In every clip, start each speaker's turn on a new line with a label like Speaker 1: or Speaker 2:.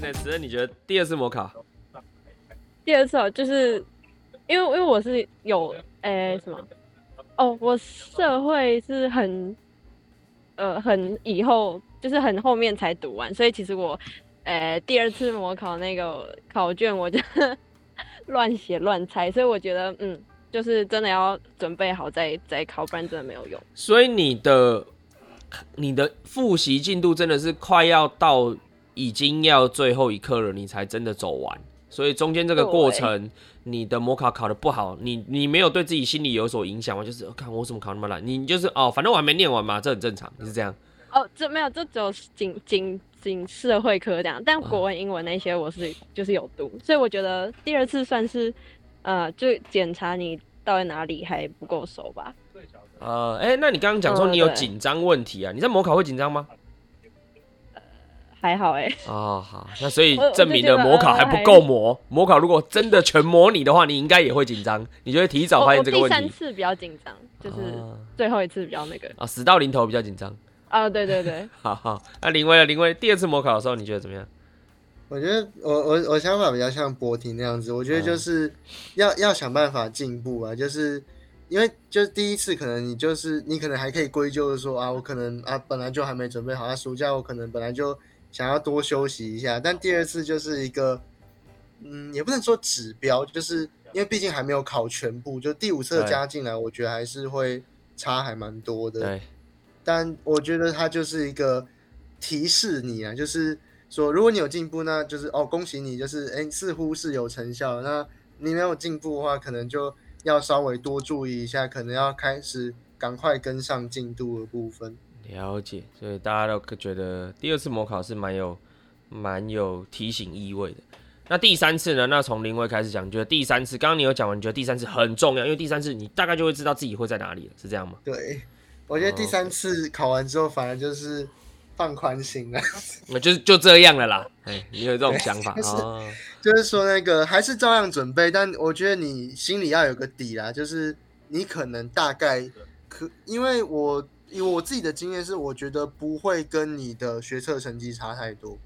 Speaker 1: 呢，只是你觉得第二次摩卡
Speaker 2: 第二次哦，就是因为因为我是有诶、什么哦，我社会是很呃很以后就是很后面才读完，所以其实我诶、第二次模考那个考卷我就 乱写乱猜，所以我觉得嗯，就是真的要准备好再再考，不然真的没有用。
Speaker 1: 所以你的你的复习进度真的是快要到已经要最后一刻了，你才真的走完。所以中间这个过程，你的模考考的不好，你你没有对自己心里有所影响吗？就是哦看我怎么考那么烂，你就是哦，反正我还没念完嘛，这很正常，你是这样。
Speaker 2: 哦，这没有，这只有仅仅仅社会科这样，但国文、英文那些我是就是有读，所以我觉得第二次算是，呃，就检查你到底哪里还不够熟吧。
Speaker 1: 呃，哎、那你刚刚讲说
Speaker 2: 嗯
Speaker 1: 你有
Speaker 2: 对
Speaker 1: 紧张问题啊？你在模考会紧张吗？
Speaker 2: 还好哎、
Speaker 1: 哦，好，那所以
Speaker 2: 我我就
Speaker 1: 证明了
Speaker 2: 觉得
Speaker 1: 模考还
Speaker 2: 呃
Speaker 1: 不
Speaker 2: 还
Speaker 1: 够模。模考如果真的全模拟的话，你应该也会紧张，你就会提早
Speaker 2: 我
Speaker 1: 发现
Speaker 2: 我
Speaker 1: 这个
Speaker 2: 第
Speaker 1: 问
Speaker 2: 三
Speaker 1: 题。
Speaker 2: 次比较紧张，就是
Speaker 1: 啊
Speaker 2: 最后一次比较那个。
Speaker 1: 啊，死到临头比较紧张。
Speaker 2: 啊，对 对对，
Speaker 1: 好好，那林威呢？林威第二次模考的时候，你觉得怎么样？
Speaker 3: 我觉得我我我想法比较像博婷那样子，我觉得就是要、要想办法进步啊，就是因为就是第一次可能你就是你可能还可以归咎说啊，我可能啊本来就还没准备好，啊暑假我可能本来就想要多休息一下，但第二次就是一个嗯也不能说指标，就是因为毕竟还没有考全部，就第五次
Speaker 1: 对
Speaker 3: 加进来，我觉得还是会差还蛮多的。
Speaker 1: 对，
Speaker 3: 但我觉得它就是一个提示你啊，就是说如果你有进步，那就是哦恭喜你，就是哎似乎是有成效。那你没有进步的话，可能就要稍微多注意一下，可能要开始赶快跟上进度的部分。
Speaker 1: 了解。所以大家都觉得第二次模考是蛮有蛮有提醒意味的。那第三次呢？那从林威开始讲，你觉得第三次，刚刚你有讲完，你觉得第三次很重要，因为第三次你大概就会知道自己会在哪里了，是这样吗？
Speaker 3: 对，我觉得第三次考完之后，反而就是放宽心了。
Speaker 1: 我就是就这样了啦。哎，你有这种想法啊？
Speaker 3: 是
Speaker 1: 哦
Speaker 3: 就是说那个还是照样准备，但我觉得你心里要有个底啦，就是你可能大概可，因为我以我自己的经验是，我觉得不会跟你的学测成绩差太多，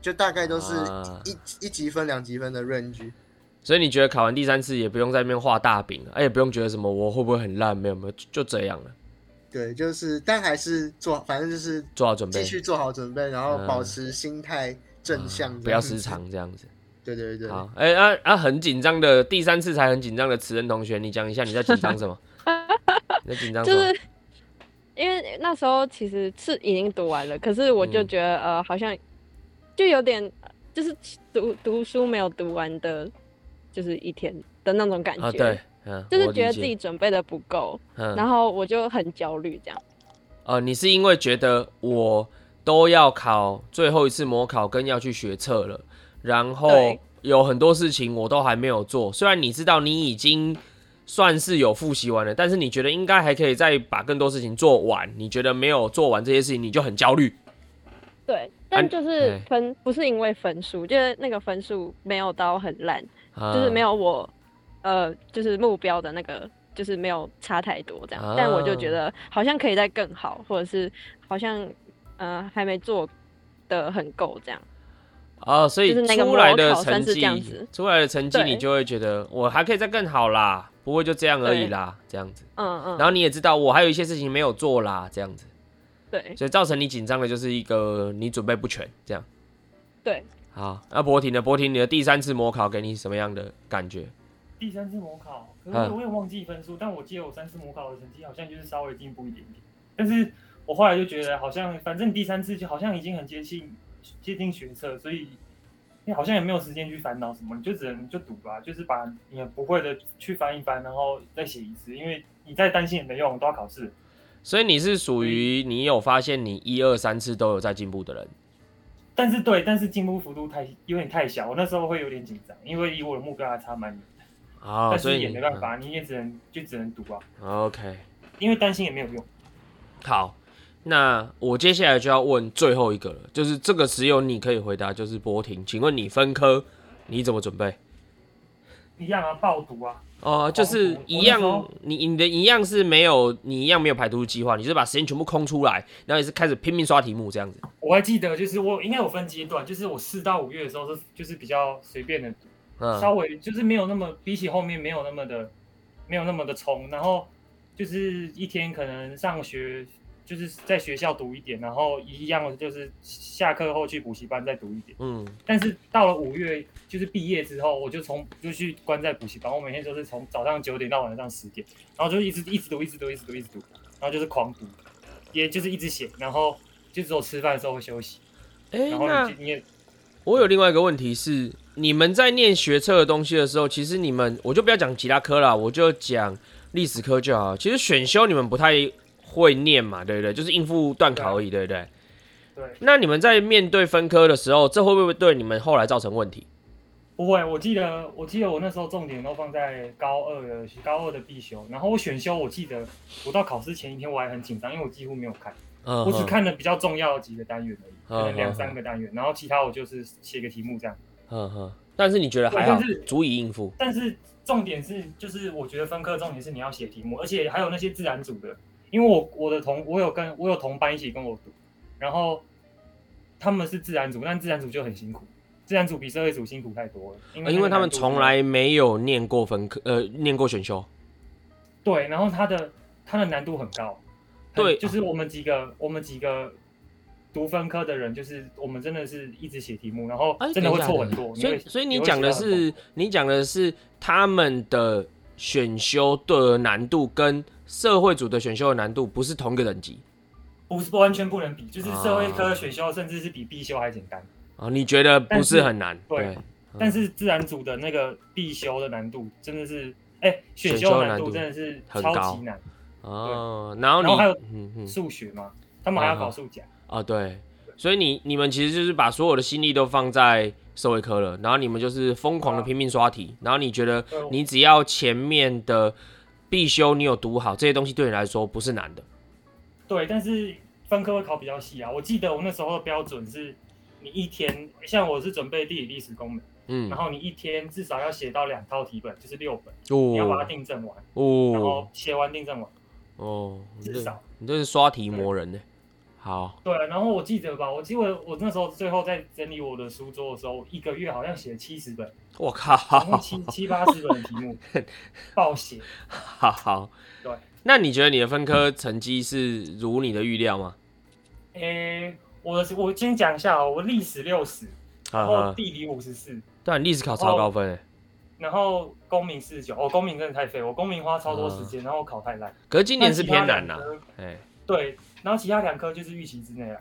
Speaker 3: 就大概都是
Speaker 1: 啊
Speaker 3: 一、一级分、两级分的 range。
Speaker 1: 所以你觉得考完第三次也不用在那边画大饼了，哎，也不用觉得什么我会不会很烂，没有没有，就就这样了，
Speaker 3: 对，就是但还是做，反正就是
Speaker 1: 做好准备
Speaker 3: 继，续做好准备，然后
Speaker 1: 嗯啊
Speaker 3: 保持心态正向、
Speaker 1: 不要失。常这样子。
Speaker 3: 对对对，
Speaker 1: 好，哎、啊啊，很紧张的第三次才很紧张的慈恩同学，你讲一下你在紧张 什么？你在紧张什
Speaker 2: 就
Speaker 1: 么？
Speaker 2: 是因为那时候其实是已经读完了，可是我就
Speaker 1: 嗯
Speaker 2: 觉得、呃，好像就有点就是读读书没有读完的，就是一天的那种感觉。
Speaker 1: 啊，对，嗯，
Speaker 2: 就是
Speaker 1: 我理
Speaker 2: 觉得
Speaker 1: 解
Speaker 2: 自己，准备的不够，
Speaker 1: 嗯，
Speaker 2: 然后我就很焦虑这样。
Speaker 1: 呃，你是因为觉得我都要考最后一次模考，跟要去学测了，然后
Speaker 2: 对
Speaker 1: 有很多事情我都还没有做。虽然你知道你已经算是有复习完了，但是你觉得应该还可以再把更多事情做完。你觉得没有做完这些事情，你就很焦虑。
Speaker 2: 对，
Speaker 1: 你
Speaker 2: 但就是
Speaker 1: 哎
Speaker 2: 分、不是因为分数，就是那个分数没有到很烂，
Speaker 1: 就
Speaker 2: 就是没
Speaker 1: 有
Speaker 2: 有我呃就是目标的那个就是没有差太多这样。但我就觉
Speaker 1: 啊
Speaker 2: 得好像可以再更好，或者是好像呃还没做的很够这样。
Speaker 1: 啊，所以
Speaker 2: 就是那个
Speaker 1: 出来的
Speaker 2: 模考
Speaker 1: 成
Speaker 2: 算是
Speaker 1: 绩
Speaker 2: 这样子，
Speaker 1: 出来的成绩
Speaker 2: 对
Speaker 1: 你就会觉得我还可以再更好啦，不会就这样而已
Speaker 2: 对
Speaker 1: 啦，这样子。
Speaker 2: 嗯嗯，
Speaker 1: 然后你也知道我还有一些事情没有做啦，这样子。
Speaker 2: 对
Speaker 1: 所以造成你紧张的就是一个你准备不全这样。
Speaker 2: 对，
Speaker 1: 好，那博婷呢？博婷，你的第三次模考给你什么样的感觉？
Speaker 4: 第三次模考，可是
Speaker 1: 嗯
Speaker 4: 我也忘记分数，但我记得我三次模考的成绩好像就是稍微进步一点点。但是我后来就觉得好像，反正第三次就好像已经很接近接近学测，所以你好像也没有时间去烦恼什么，你就只能就读吧，就是把你不会的去翻一翻，然后再写一次，因为你再担心也没用，都要考试。
Speaker 1: 所以你是属于你有发现你一二三次都有在进步的人。
Speaker 4: 但是对，但是进步幅度太有点太小，我那时候会有点紧张，因为离我的目标还差蛮远，
Speaker 1: 哦，
Speaker 4: 但
Speaker 1: 所
Speaker 4: 是
Speaker 1: 以
Speaker 4: 也
Speaker 1: 你
Speaker 4: 没办、法，你也只能就只能读啊，
Speaker 1: 嗯 OK，
Speaker 4: 因为担心也没有用。
Speaker 1: 好，那我接下来就要问最后一个了，就是这个只有你可以回答，就是博婷，请问你分科你怎么准备？
Speaker 4: 一样啊，爆读啊，
Speaker 1: 哦，就是一
Speaker 4: 我
Speaker 1: 样
Speaker 4: 那时候，
Speaker 1: 你你的一样是没有，你一样没有排读计划，你是把时间全部空出来，然后也是开始拼命刷题目这样子。
Speaker 4: 我还记得，就是我应该有分阶段，就是我四到五月的时候是就是比较随便的读，稍
Speaker 1: 嗯，
Speaker 4: 微就是没有那么比起后面没有那么的没有那么的冲，然后就是一天可能上学就是在学校读一点，然后一样的就是下课后去补习班再读一点。
Speaker 1: 嗯，
Speaker 4: 但是到了五月，就是毕业之后，我就从就去关在补习班，我每天都是从早上九点到晚上十点，然后就一直一直读，一直读，一直读，一直读，然后就是狂读，也就是一直写，然后就只有吃饭的时候会休息，
Speaker 1: 哎、
Speaker 4: 然后
Speaker 1: 那
Speaker 4: 你你也
Speaker 1: 我有另外一个问题是，你们在念学测的东西的时候，其实你们我就不要讲其他科啦，我就讲历史科就好。其实选修你们不太会念嘛，对不对？就是应付段考而已，对不对？
Speaker 4: 对
Speaker 1: 那你们在面对分科的时候，这会不会对你们后来造成问题？
Speaker 4: 不会。我记得我记得我那时候重点都放在高二的高二的必修，然后我选修，我记得我到考试前一天我还很紧张，因为我几乎没有看。
Speaker 1: 嗯
Speaker 4: 我只
Speaker 1: 哼
Speaker 4: 看了比较重要的几个单元而已，可能
Speaker 1: 嗯
Speaker 4: 两
Speaker 1: 嗯
Speaker 4: 三个单元，然后其他我就是写个题目这样。
Speaker 1: 嗯哼，但是你觉得还好
Speaker 4: 对但是，
Speaker 1: 足以应付。
Speaker 4: 但是重点是，就是我觉得分科重点是你要写题目，而且还有那些自然组的，因为我我的同我有跟我有同班一起跟我读，然后他们是自然组，但自然组就很辛苦，自然组比社会组辛苦太多了，因为
Speaker 1: 呃因为他
Speaker 4: 那个
Speaker 1: 们
Speaker 4: 难度
Speaker 1: 从来没有念过分科，呃，念过选修。
Speaker 4: 对，然后它的它的难度很高，很
Speaker 1: 对
Speaker 4: 就是我们几个我们几个。读分科的人，就是我们真的是一直写题目，然后
Speaker 1: 哎，
Speaker 4: 真的会
Speaker 1: 等一下
Speaker 4: 错很多。
Speaker 1: 所
Speaker 4: 会
Speaker 1: 以，所以
Speaker 4: 你
Speaker 1: 你
Speaker 4: 会
Speaker 1: 讲的
Speaker 4: 写到很
Speaker 1: 是，你讲的是他们的选修的难度跟社会组的选修的难度不是同一个等级
Speaker 4: 不是完全不能比，就是社会科选修甚至是比必修还简单，
Speaker 1: 啊？你觉得不
Speaker 4: 但
Speaker 1: 是
Speaker 4: 是
Speaker 1: 很难？
Speaker 4: 对
Speaker 1: 对，
Speaker 4: 但是自然组的那个必修的难度真的是，哎、选修的难度真的是
Speaker 1: 很
Speaker 4: 超
Speaker 1: 高
Speaker 4: 级难，
Speaker 1: 哦，然后你
Speaker 4: 然后还有，
Speaker 1: 嗯嗯，
Speaker 4: 数学嘛，他们还要
Speaker 1: 嗯
Speaker 4: 考数甲，
Speaker 1: 啊，对，所以你你们其实就是把所有的心力都放在社会科了，然后你们就是疯狂的拼命刷题，然后你觉得
Speaker 4: 对我
Speaker 1: 你只要前面的必修你有读好，这些东西对你来说不是难的。
Speaker 4: 对，但是分科会考比较细啊。我记得我那时候的标准是，你一天像我是准备地理、历史、公民，
Speaker 1: 嗯
Speaker 4: 然，后你一天至少要写到两套题本，就是六本，你要把它
Speaker 1: 哦
Speaker 4: 订正完，然
Speaker 1: 哦
Speaker 4: 后写完订正完，
Speaker 1: 哦，你
Speaker 4: 至
Speaker 1: 这
Speaker 4: 少。
Speaker 1: 你这是刷题魔人呢。好，
Speaker 4: 对，然后我记得吧，我记得我那时候最后在整理我的书桌的时候，我一个月好像写七十本，
Speaker 1: 我
Speaker 4: 总共
Speaker 1: 靠，
Speaker 4: 七七八十本的题 目，暴写。
Speaker 1: 好好。
Speaker 4: 对，
Speaker 1: 那你觉得你的分科成绩是如你的预料吗？
Speaker 4: 诶、我的我先讲一下哦，我历史六十，
Speaker 1: 啊
Speaker 4: 然后
Speaker 1: 哈，
Speaker 4: 地理五十四，
Speaker 1: 对，啊你历史考超高分诶。欸
Speaker 4: 然后公民四十九。哦，公民真的太废，我公民花超多时间，然后我考太烂。
Speaker 1: 可是今
Speaker 4: 今
Speaker 1: 啊年是偏难啦。哎
Speaker 4: 对，然后其他两科就是预期之内啊。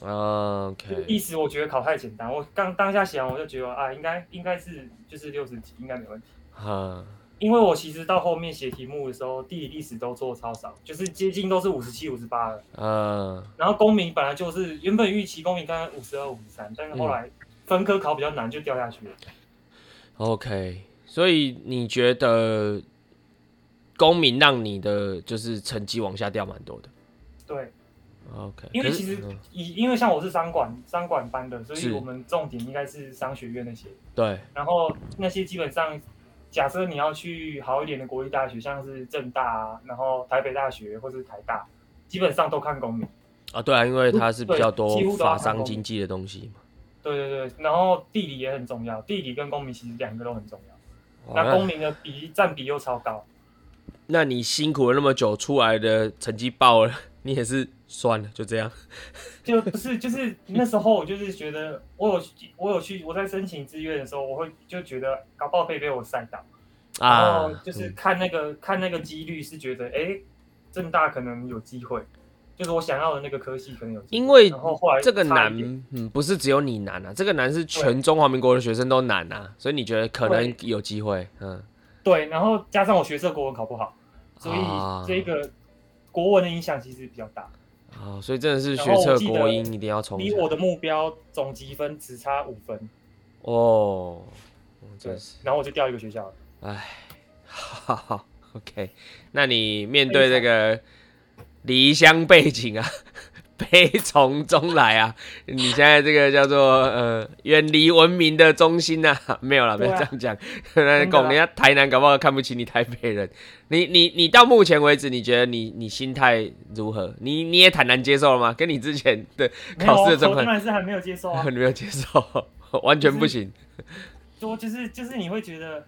Speaker 1: 啊
Speaker 4: 历
Speaker 1: ，OK，
Speaker 4: 史我觉得考太简单，我刚当下写完我就觉得啊，应该应该是就是六十几，应该没问题。
Speaker 1: 啊，
Speaker 4: 因为我其实到后面写题目的时候，地理、历史都做超少，就是接近都是五十七、五十八了。
Speaker 1: 嗯，
Speaker 4: 然后公民本来就是原本预期公民刚刚五十二、五十三，但是
Speaker 1: 嗯
Speaker 4: 后来分科考比较难，就掉下去了。
Speaker 1: OK，所以你觉得公民让你的就是成绩往下掉蛮多的
Speaker 4: 对，
Speaker 1: ？OK，
Speaker 4: 因为
Speaker 1: 可是
Speaker 4: 其实
Speaker 1: 嗯
Speaker 4: 以因为像我是商管商管班的，所
Speaker 1: 是
Speaker 4: 以我们重点应该是商学院那些，
Speaker 1: 对，
Speaker 4: 然后那些基本上。假设你要去好一点的国立大学，像是政大、啊，然后台北大学或是台大，基本上都看公民。
Speaker 1: 啊，对啊，因为它是比较
Speaker 4: 对
Speaker 1: 多
Speaker 4: 几乎都要
Speaker 1: 法
Speaker 4: 看
Speaker 1: 商
Speaker 4: 公
Speaker 1: 经
Speaker 4: 民
Speaker 1: 济的东西嘛。
Speaker 4: 对对对，然后地理也很重要，地理跟公民其实两个都很重要。
Speaker 1: 哇
Speaker 4: 那公民的比占比又超高，
Speaker 1: 那你辛苦了那么久，出来的成绩爆了， 你也是算了，就这样。
Speaker 4: 就不是就是那时候我就是觉得我有我有去我在申请志愿的时候，我会就觉得搞不好可以被我晒到，然后
Speaker 1: 啊，
Speaker 4: 哦就是
Speaker 1: 嗯
Speaker 4: 看那个、看那个几率是觉得哎，正大可能有机会，就是我想要的那个科系可能有机会，
Speaker 1: 因为
Speaker 4: 然后后来
Speaker 1: 这个
Speaker 4: 差
Speaker 1: 难
Speaker 4: 一点，
Speaker 1: 嗯，不是只有你难啊，这个难是全中华民国的学生都难啊，所以你觉得可能有机会，嗯，
Speaker 4: 对，然后加上我学社国文考不好，所以
Speaker 1: 啊
Speaker 4: 这个国文的影响其实比较大。
Speaker 1: 啊，所以真的是
Speaker 4: 然
Speaker 1: 学
Speaker 4: 后我
Speaker 1: 测
Speaker 4: 记
Speaker 1: 国
Speaker 4: 得
Speaker 1: 英一定要冲
Speaker 4: 离
Speaker 1: 一下
Speaker 4: 我的目标总积分只差五分，
Speaker 1: 哦，嗯
Speaker 4: 对
Speaker 1: 真是，，
Speaker 4: 然后我就调一个学校了。
Speaker 1: 唉，好好 OK，那你面对这个离乡背景啊， 悲从中来啊！你现在这个叫做呃远离文明的中心呐、啊，没有了，不要
Speaker 4: 对啊
Speaker 1: 这样讲。那
Speaker 4: 真的
Speaker 1: 拱
Speaker 4: 啊
Speaker 1: 人家台南搞不好看不起你台北人。你你你到目前为止，你觉得你你心态如何？你你也坦然接受了吗？跟你之前的
Speaker 4: 没 有
Speaker 1: 考
Speaker 4: 啊，
Speaker 1: 试的
Speaker 4: 我
Speaker 1: 状
Speaker 4: 当
Speaker 1: 况，。
Speaker 4: 然是还没有接受啊
Speaker 1: 你没有接受，完全不行。
Speaker 4: 多就是就是你会觉得，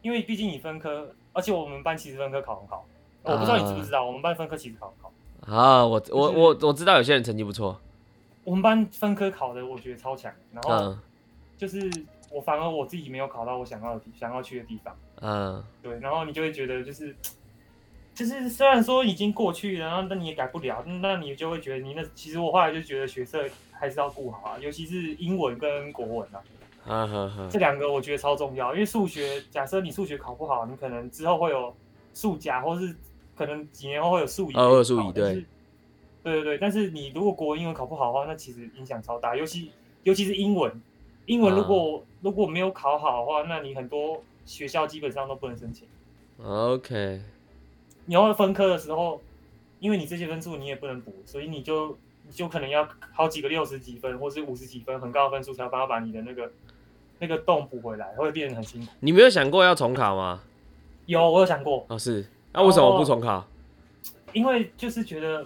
Speaker 4: 因为毕竟你分科，而且我们班其实分科考很好，我不知道你知不知道，我们班分科其实考很好。
Speaker 1: 啊，我我
Speaker 4: 就是
Speaker 1: 我我知道有些人成绩不错，
Speaker 4: 我们班分科考的我觉得超强，然后
Speaker 1: 嗯
Speaker 4: 就是我反而我自己没有考到我想要的地想要去的地方，
Speaker 1: 嗯
Speaker 4: 对，然后你就会觉得就是。就是虽然说已经过去了，然后但你也改不了，那你就会觉得你那其实我后来就觉得学测还是要顾好啊，尤其是英文跟国文啊，
Speaker 1: 嗯嗯
Speaker 4: 这两个我觉得超重要，因为数学，假设你数学考不好，你可能之后会有数甲，或是可能几年后会有数乙。
Speaker 1: 哦会有数乙
Speaker 4: 但是
Speaker 1: 对。
Speaker 4: 对对对，但是你如果国文英文考不好的话，那其实影响超大，尤其尤其是英文，英文如果、
Speaker 1: 嗯
Speaker 4: 如果没有考好的话，那你很多学校基本上都不能申请。
Speaker 1: 嗯，OK，
Speaker 4: 你要分科的时候，因为你这些分数你也不能补，所以你就你就可能要好几个六十几分或是五十几分很高的分数，才有办法把你的那个那个洞补回来，会变得很辛苦。
Speaker 1: 你没有想过要重考吗？
Speaker 4: 有，我有想过，
Speaker 1: 哦，是，那、为什么不
Speaker 4: 哦
Speaker 1: 重考？
Speaker 4: 因为就是觉得，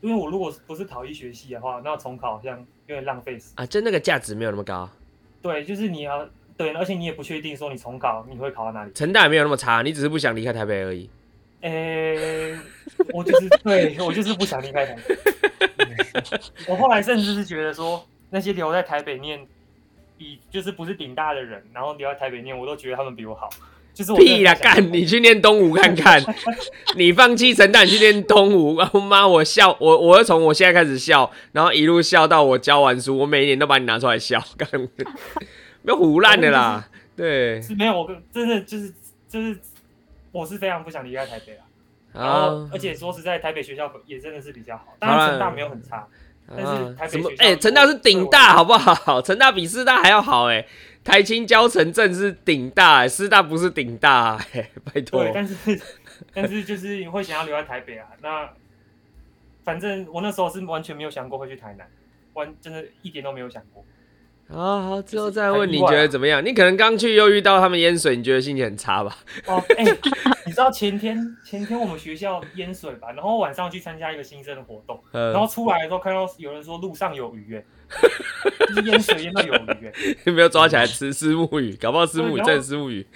Speaker 4: 因为我如果不是考医学系的话，那重考好像有点浪费时。
Speaker 1: 啊，就那个价值没有那么高，
Speaker 4: 对，就是你要对，而且你也不确定说你重考你会考到哪里。
Speaker 1: 成大也没有那么差，你只是不想离开台北而已。
Speaker 4: 诶、我就是对我就是不想离开台北。我后来甚至是觉得说，那些留在台北念，比就是不是顶大的人，然后留在台北念，我都觉得他们比我好。就是我
Speaker 1: 屁啦，
Speaker 4: 真的不想
Speaker 1: 干！你去念东吴看 看，你放弃成大，你去念东吴，啊妈，我笑，我我要从我现在开始笑，然后一路笑到我教完书，我每一年都把你拿出来笑，干，没有胡烂的啦，对
Speaker 4: 是没有，我跟真的就是就是，我是非常不想离开台北啊。然后
Speaker 1: 啊，，
Speaker 4: 而且说实在，台北学校也真的是比较哦好，当
Speaker 1: 啦
Speaker 4: 然成大没有很差，但是台
Speaker 1: 什
Speaker 4: 北
Speaker 1: 么
Speaker 4: 学？校
Speaker 1: 哎、成大是顶大，
Speaker 4: 对
Speaker 1: 好不好？ 成大比师大还要好哎、台青教城镇是顶大、哎师大不是顶大、哎，拜托。
Speaker 4: 对，但哦是但是就是会想要留在台北啊。那反正我那时候是完全没有想过会去台南，完真的一点都没有想过。
Speaker 1: 好啊好，之后
Speaker 4: 就是
Speaker 1: 再
Speaker 4: 很
Speaker 1: 问
Speaker 4: 意
Speaker 1: 你
Speaker 4: 外
Speaker 1: 觉得
Speaker 4: 啊
Speaker 1: 怎么样？你可能刚去又遇到他们淹水，你觉得心情很差吧？
Speaker 4: 哦， 哎、你知道前天前天我们学校淹水吧？然后晚上去参加一个新生的活动，
Speaker 1: 呃
Speaker 4: 然，后出来的时候看到有人说路上有鱼、欸，就是淹水淹到有鱼、欸，
Speaker 1: 有 没有抓起来吃虱目鱼？搞不好虱目鱼
Speaker 4: 对
Speaker 1: 真
Speaker 4: 然后
Speaker 1: 的虱目鱼。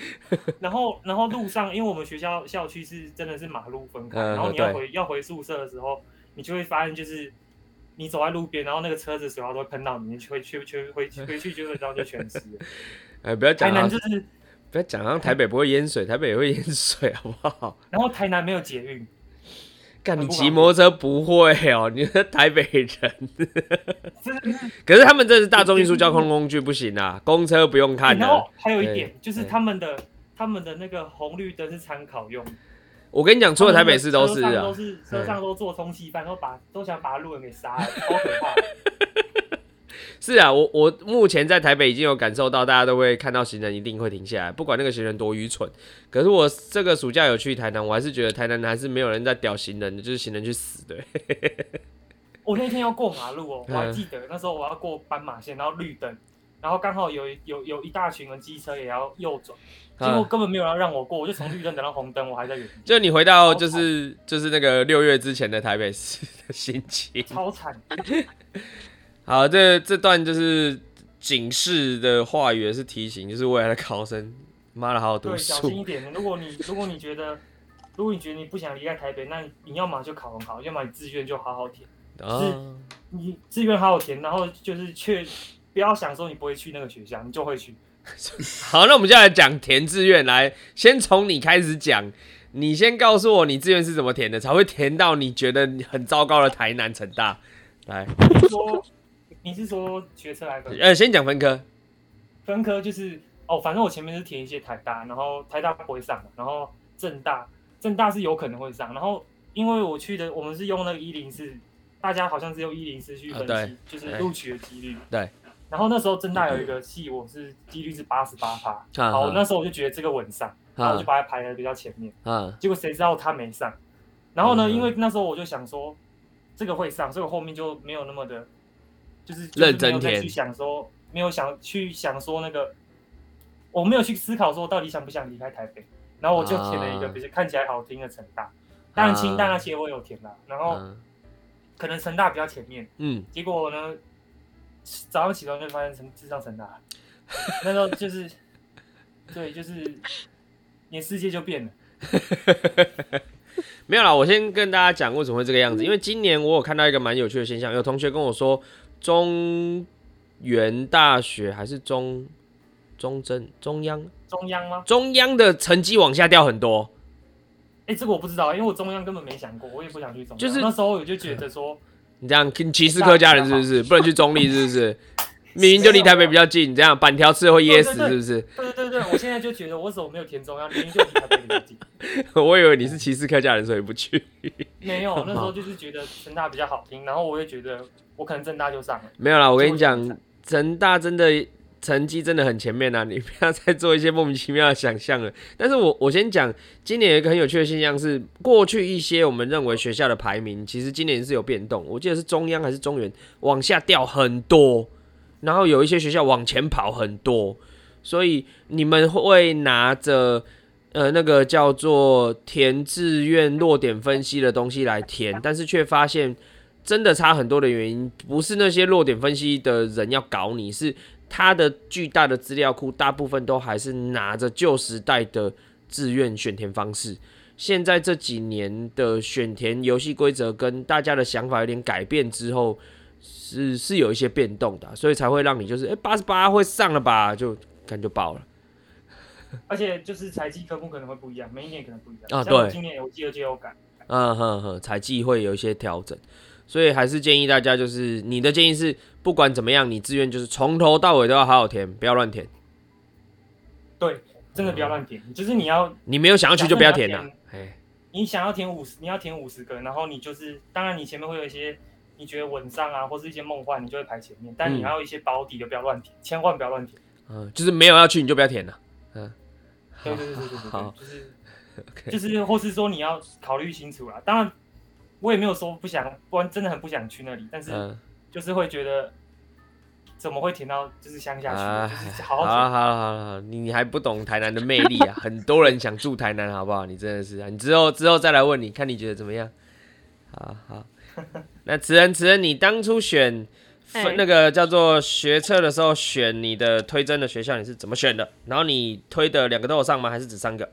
Speaker 4: 然后，然后路上，因为我们学校校区是真的是马路分开，
Speaker 1: 嗯
Speaker 4: 然后你要
Speaker 1: 对
Speaker 4: 回要回宿舍的时候，你就会发现就是你走在路边，然后那个车子水花都会喷到你，你就会去去回回去就会然后就全湿了。
Speaker 1: 哎，不要
Speaker 4: 台
Speaker 1: 讲
Speaker 4: 南
Speaker 1: 啊，
Speaker 4: 就是，
Speaker 1: 不要讲，好像台北不会淹水，台北也会淹水，好不好？
Speaker 4: 然后台南没有捷运，
Speaker 1: 干，你
Speaker 4: 很不
Speaker 1: 骑
Speaker 4: 方
Speaker 1: 摩托车不会哦，你是台北 人。
Speaker 4: 真的是。
Speaker 1: 可是他们这是大众运输交通工具，不行啊，公车不用看
Speaker 4: 哎然
Speaker 1: 的
Speaker 4: 后。还有一
Speaker 1: 对
Speaker 4: 点就是
Speaker 1: 对
Speaker 4: 他们的他们的那个红绿灯是参考用的，
Speaker 1: 我跟你讲，除了台北市都是
Speaker 4: 他们的车上
Speaker 1: 啊
Speaker 4: 都。是车上都做充气犯，都把都想把路人给杀了，好可怕。
Speaker 1: 是啊，我我目前在台北已经有感受到，大家都会看到行人一定会停下来，不管那个行人多愚蠢。可是我这个暑假有去台南，我还是觉得台南还是没有人在屌行人的，就是行人去死的。
Speaker 4: 我那天要过马路哦，
Speaker 1: 嗯
Speaker 4: 我还记得那时候我要过斑马线，然后绿灯，然后刚好有一有有一大群人机车也要右转，结果
Speaker 1: 啊，
Speaker 4: 根本没有人要让我过，我就从绿灯等到红灯，我还在原地，
Speaker 1: 就你回到就是就是那个六月之前的台北市的心情。
Speaker 4: 超惨。
Speaker 1: 好，这这段就是警示的话语，也是提醒，就是未来的考生，妈的好好读
Speaker 4: 对，小心
Speaker 1: 书。
Speaker 4: 一点。如果你如果你觉得如果你觉得你不想离开台北，那你你要么就考很好，要么你志愿就好好填，
Speaker 1: 啊，
Speaker 4: 你志愿好好填，然后就是确不要想说你不会去那个学校，你就会去。
Speaker 1: 好，那我们就来讲填志愿，来，先从你开始讲。你先告诉我你志愿是怎么填的，才会填到你觉得很糟糕的台南成大。来，
Speaker 4: 你是说你是说学车还是分科？
Speaker 1: 呃，先讲分科。
Speaker 4: 分科就是哦，反正我前面是填一些台大，然后台大不会上嘛，然后正大正大是有可能会上，然后因为我去的我们是用那个一零四，大家好像是用一零四去分析、
Speaker 1: 啊对
Speaker 4: 就是录取的几率。
Speaker 1: 对。
Speaker 4: 然后那时候正大有一个系，我是几率是八十八趴，
Speaker 1: 啊
Speaker 4: 好，那时候我就觉得这个稳上，然后我就
Speaker 1: 啊
Speaker 4: 把它排的比较前面，
Speaker 1: 啊
Speaker 4: 结果谁知道他没上。然后呢，
Speaker 1: 嗯
Speaker 4: 因为那时候我就想说，这个会上，所以我后面就没有那么的，就是
Speaker 1: 认真
Speaker 4: 就是没有再
Speaker 1: 填
Speaker 4: 去想说，没有想去想说那个，我没有去思考说到底想不想离开台北，然后我就填了一个
Speaker 1: 啊
Speaker 4: 比较看起来好听的成大，当然清大那
Speaker 1: 啊
Speaker 4: 些我有填啦，然后
Speaker 1: 嗯
Speaker 4: 可能成大比较前面，
Speaker 1: 嗯，
Speaker 4: 结果呢，早上起床就发现成智障成大，那时候就是，对，就是你的世界就变了，
Speaker 1: 没有啦，我先跟大家讲为什么会这个样子，因为今年我有看到一个蛮有趣的现象，有同学跟我说，中原大学还是中中正中央
Speaker 4: 中央吗？
Speaker 1: 中央的成绩往下掉很多，
Speaker 4: 哎、这个我不知道，因为我中央根本没想过，我也不想去中央。
Speaker 1: 就是
Speaker 4: 那时候我就觉 得说，
Speaker 1: 你这样跟歧视客家人是不是？不能去中立是不是？明明就离台北比较近，你这样板条吃了会噎死是不是？
Speaker 4: 对对对，我现在就觉得我怎么没有填中央，明明就离台北比较近。
Speaker 1: 我以为你是歧视客家人，所以不去。
Speaker 4: 没有，那时候就是觉得成大比较好听，然后我也觉得我可能正大就上了。
Speaker 1: 没有啦，我跟你
Speaker 4: 就我
Speaker 1: 讲，成大真的成绩真的很前面呐、你不要再做一些莫名其妙的想象了。 但是我我先讲，今年有一个很有趣的现象是，过去一些我们认为学校的排名，其实今年是有变动。我记得是中央还是中原往下掉很多，然后有一些学校往前跑很多，所以你们会拿着。呃，那个叫做填志愿落点分析的东西来填，但是却发现真的差很多的原因，不是那些弱点分析的人要搞你，是他的巨大的资料库大部分都还是拿着旧时代的志愿选填方式。现在这几年的选填游戏规则跟大家的想法有点改变之后，是是有一些变动的啊、所以才会让你就是哎八十八会上了吧，就感觉爆了。
Speaker 4: 而且就是财技科目可能会不一样，每一年可能不一样。
Speaker 1: 啊
Speaker 4: 像我
Speaker 1: 对
Speaker 4: 今年有记得就有改，
Speaker 1: 嗯哼哼，财技会有一些调整，所以还是建议大家，就是你的建议是，不管怎么样，你志愿就是从头到尾都要好好填，不要乱填。
Speaker 4: 对，真的
Speaker 1: 嗯
Speaker 4: 不要乱填，就是你要
Speaker 1: 你没有想要去就不要填
Speaker 4: 想
Speaker 1: 了
Speaker 4: 要。
Speaker 1: 哎，
Speaker 4: 你想要填五十，你要填五十个，然后你就是，当然你前面会有一些你觉得稳上啊，或是一些梦幻，你就会排前面，但
Speaker 1: 嗯
Speaker 4: 你还有一些保底的，不要乱填，千万不要乱填。
Speaker 1: 嗯，就是没有要去你就不要填了。嗯，
Speaker 4: 对对对对对对对，
Speaker 1: 好
Speaker 4: 就是
Speaker 1: ，OK，
Speaker 4: 就是，或是说你要考虑清楚啦。当然，我也没有说不想，不然真的很不想去那里，但是
Speaker 1: 嗯，
Speaker 4: 就是会觉得怎么会填到就是乡下去，
Speaker 1: 啊，
Speaker 4: 就是
Speaker 1: 好
Speaker 4: 好
Speaker 1: 了
Speaker 4: 好填。
Speaker 1: 好了好了，你你还不懂台南的魅力啊！很多人想住台南，好不好？你真的是啊，你之后之后再来问你，看你觉得怎么样？好好，那慈恩慈恩，你当初选
Speaker 2: 哎
Speaker 1: 分那个叫做学测的时候，选你的推甄的学校，你是怎么选的？然后你推的两个都有上吗？还是只上一个？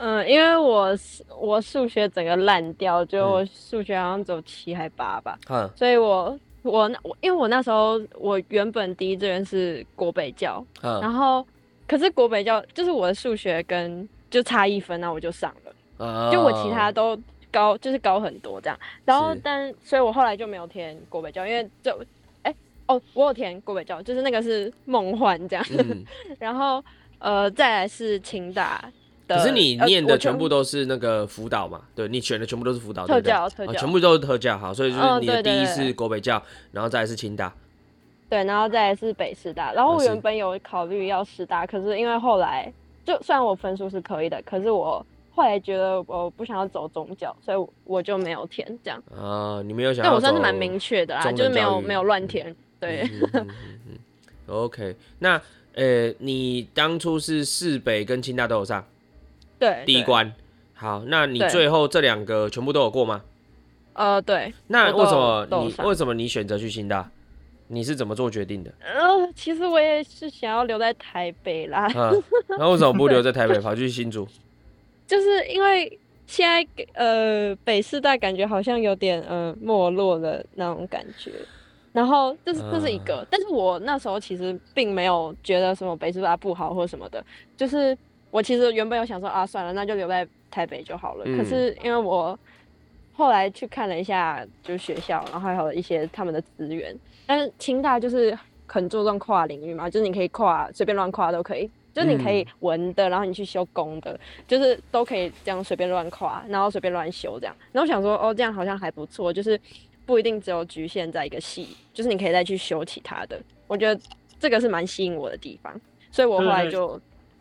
Speaker 2: 嗯，因为我是我数学整个烂掉，就
Speaker 1: 嗯
Speaker 2: 我数学好像只有七还八吧，
Speaker 1: 哼，
Speaker 2: 所以我我那我因为我那时候我原本第一志愿是国北教，
Speaker 1: 嗯
Speaker 2: 然后可是国北教就是我的数学跟就差一分，那我就上了，
Speaker 1: 嗯
Speaker 2: 就我其他都高，就是高很多这样。然后
Speaker 1: 是
Speaker 2: 但所以我后来就没有填国北教，因为就哎、哦，我有填国北教，就是那个是梦幻这样。
Speaker 1: 嗯，
Speaker 2: 然后呃，再来是清大的，
Speaker 1: 可是你
Speaker 2: 呃
Speaker 1: 念的全
Speaker 2: 部。
Speaker 1: 部都是那个辅导嘛？对你选的全部都是辅导，对
Speaker 2: 特
Speaker 1: 不对？
Speaker 2: 教，
Speaker 1: 啊，
Speaker 2: 特教，
Speaker 1: 全部都是特教，好，所以就是
Speaker 2: 哦
Speaker 1: 你的
Speaker 2: 对对
Speaker 1: 第一
Speaker 2: 对
Speaker 1: 是国北教，然后再来是清大，
Speaker 2: 对，然后再来是北师大，然后
Speaker 1: 啊
Speaker 2: 我
Speaker 1: 是
Speaker 2: 原本有考虑要师大，可是因为后来就虽然我分数是可以的，可是我后来觉得我不想要走宗教，所以我我就没有填这样。
Speaker 1: 啊，你没有想要
Speaker 2: 但
Speaker 1: 走，
Speaker 2: 我算是蛮明确的啦，
Speaker 1: 中
Speaker 2: 就是
Speaker 1: 文
Speaker 2: 没
Speaker 1: 教
Speaker 2: 有
Speaker 1: 育
Speaker 2: 没有乱填。对，
Speaker 1: 嗯。嗯嗯嗯嗯 OK，那呃，你当初是市北跟清大都有上
Speaker 2: 对，
Speaker 1: 第一
Speaker 2: 对，
Speaker 1: 关，好，那你
Speaker 2: 对
Speaker 1: 最后这两个全部都有过吗？
Speaker 2: 呃，对，
Speaker 1: 那
Speaker 2: 我都
Speaker 1: 为什
Speaker 2: 有
Speaker 1: 么
Speaker 2: 都有
Speaker 1: 你
Speaker 2: 上
Speaker 1: 为什么你选择去清大？你是怎么做决定 的？
Speaker 2: 呃，其实我也是想要留在台北啦，
Speaker 1: 啊，那为什么不留在台北，跑去新竹？
Speaker 2: 就是因为现在给呃北师大感觉好像有点呃没落的那种感觉，然后这是这是一个，但是我那时候其实并没有觉得什么北师大不好或什么的，就是我其实原本有想说啊算了，那就留在台北就好了，
Speaker 1: 嗯
Speaker 2: 可是因为我后来去看了一下就是学校，然后还有一些他们的资源，但是清大就是很注重跨领域嘛，就是你可以跨随便乱跨都可以，就是你可以
Speaker 1: 嗯
Speaker 2: 文的，然后你去修工的，就是都可以这样随便乱跨，然后随便乱修这样。然后我想说，哦，这样好像还不错，就是不一定只有局限在一个系，就是你可以再去修其他的。我觉得这个是蛮吸引我的地方，所以我后来
Speaker 4: 对对对
Speaker 2: 就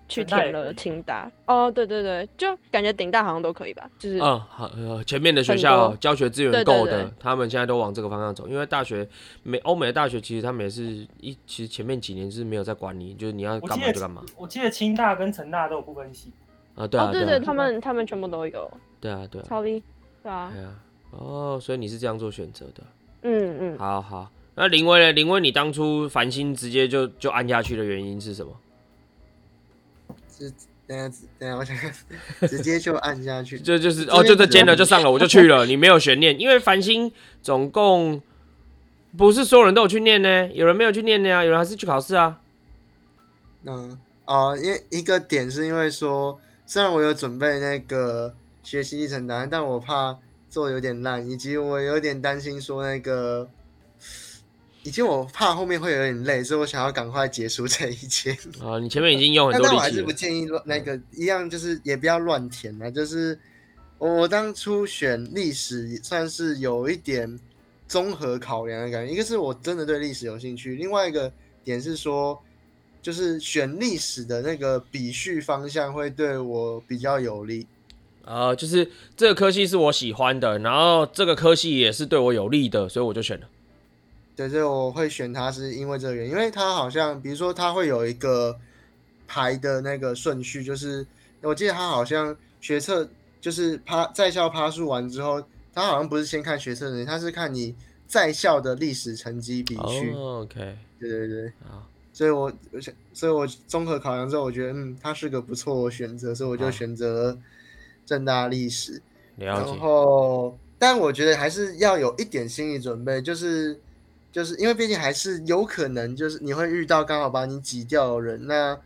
Speaker 2: 去
Speaker 4: 清大
Speaker 2: 填
Speaker 4: 也可
Speaker 2: 了
Speaker 4: 以
Speaker 2: 清大。哦，对对对，就感觉顶大好像都可以吧，就是
Speaker 4: 啊
Speaker 1: 嗯，好，呃前面的学
Speaker 2: 很
Speaker 1: 校
Speaker 2: 多
Speaker 1: 教学资源
Speaker 2: 对对
Speaker 1: 够
Speaker 2: 对
Speaker 1: 的，他们现在都往这个方向走。因为大学美欧美的大学，其实他们也是一，其实前面几年是没有在管你，就是你要
Speaker 4: 我
Speaker 1: 干
Speaker 4: 记
Speaker 1: 嘛
Speaker 4: 得
Speaker 1: 就干嘛
Speaker 4: 我记得清大跟成大都有不分系，
Speaker 1: 啊。对啊，
Speaker 2: 哦，对
Speaker 1: 啊，
Speaker 2: 他们他们全部都有，
Speaker 1: 对啊，对啊，
Speaker 2: 超厉对啊
Speaker 1: 对，啊。哦，所以你是这样做选择的。
Speaker 2: 嗯嗯，
Speaker 1: 好好，那林威呢？林威，你当初繁星直接就就按下去的原因是什么？
Speaker 3: 等一下等一下，我想看直接就按下去。
Speaker 1: 这就是
Speaker 3: 这
Speaker 1: 哦，就
Speaker 3: 边
Speaker 1: 这
Speaker 3: 只
Speaker 1: 间了，
Speaker 3: 有
Speaker 1: 就上了，我就去了。你没有悬念，因为繁星总共不是所有人都有去念呢，有人没有去念的呀、有人还是去考试啊。
Speaker 3: 嗯，哦，因为一个点是因为说，虽然我有准备那个学习历程档案，但我怕做得有点烂，以及我有点担心说那个，以及我怕后面会有点累，所以我想要赶快结束这一切。
Speaker 1: 啊，你前面已经用很
Speaker 3: 但
Speaker 1: 多
Speaker 3: 但
Speaker 1: 力
Speaker 3: 我还
Speaker 1: 气
Speaker 3: 是
Speaker 1: 了
Speaker 3: 不。建议乱那个一样，就是也不要乱填啊。就是我我当初选历史也算是有一点综合考量的感觉，一个是我真的对历史有兴趣，另外一个点是说，就是选历史的那个比序方向会对我比较有利。
Speaker 1: 呃，就是这个科系是我喜欢的，然后这个科系也是对我有利的，所以我就选了。
Speaker 3: 对，所以我会选它是因为这个原因，因为它好像，比如说它会有一个排的那个顺序，就是我记得它好像学测就是趴在校趴数完之后，它好像不是先看学测成绩，它是看你在校的历史成绩比序。
Speaker 1: 哦，OK，
Speaker 3: 对对对，
Speaker 1: 好，
Speaker 3: 所以我我想，所以我综合考量之后，我觉得嗯，它是个不错的选择，所以我
Speaker 1: 好
Speaker 3: 就选择正大历史。
Speaker 1: 了解
Speaker 3: 然。后，但我觉得还是要有一点心理准备，就是就是因为毕竟还是有可能，就是你会遇到刚好把你挤掉的人，那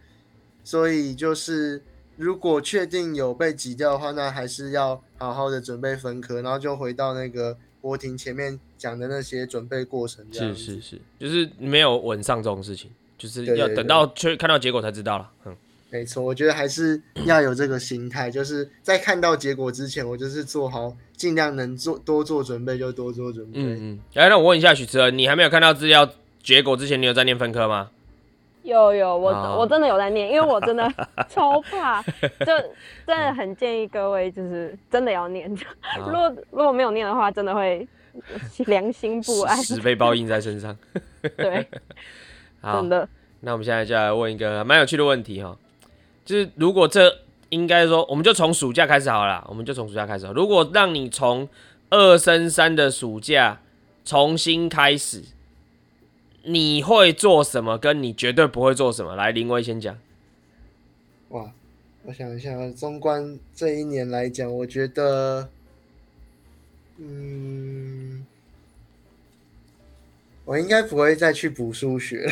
Speaker 3: 所以就是如果确定有被挤掉的话，那还是要好好的准备分科，然后就回到那个博婷前面讲的那些准备过程这样
Speaker 1: 是
Speaker 3: 子。
Speaker 1: 是是，就是没有稳上这种事情，就是
Speaker 3: 对
Speaker 1: 要
Speaker 3: 对
Speaker 1: 等
Speaker 3: 对
Speaker 1: 到确看到结果才知道了。嗯，
Speaker 3: 没错，我觉得还是要有这个心态，就是在看到结果之前，我就是做好尽量能做多做准备就多做准备。
Speaker 1: 嗯嗯。哎，那我问一下许哲，你还没有看到资料结果之前，你有在念分科吗？
Speaker 2: 有有，我、
Speaker 1: 啊
Speaker 2: 我真的有在念，因为我真 的超怕，就真的很建议各位就是真的要念，
Speaker 1: 啊
Speaker 2: 如果如果没有念的话，真的会良心不安，
Speaker 1: 十十倍报应在身 上。
Speaker 2: 对，
Speaker 1: 好啊
Speaker 2: 真，
Speaker 1: 嗯
Speaker 2: 的，
Speaker 1: 那我们现在就来问一个蛮有趣的问题哈，就是如果这应该说，我们就从暑假开始好了啦，我们就从暑假开始好。如果让你从二升三的暑假重新开始，你会做什么？跟你绝对不会做什么？来，林威先讲。
Speaker 3: 哇，我想一下，中观这一年来讲，我觉得，嗯，我应该不会再去补数学 了。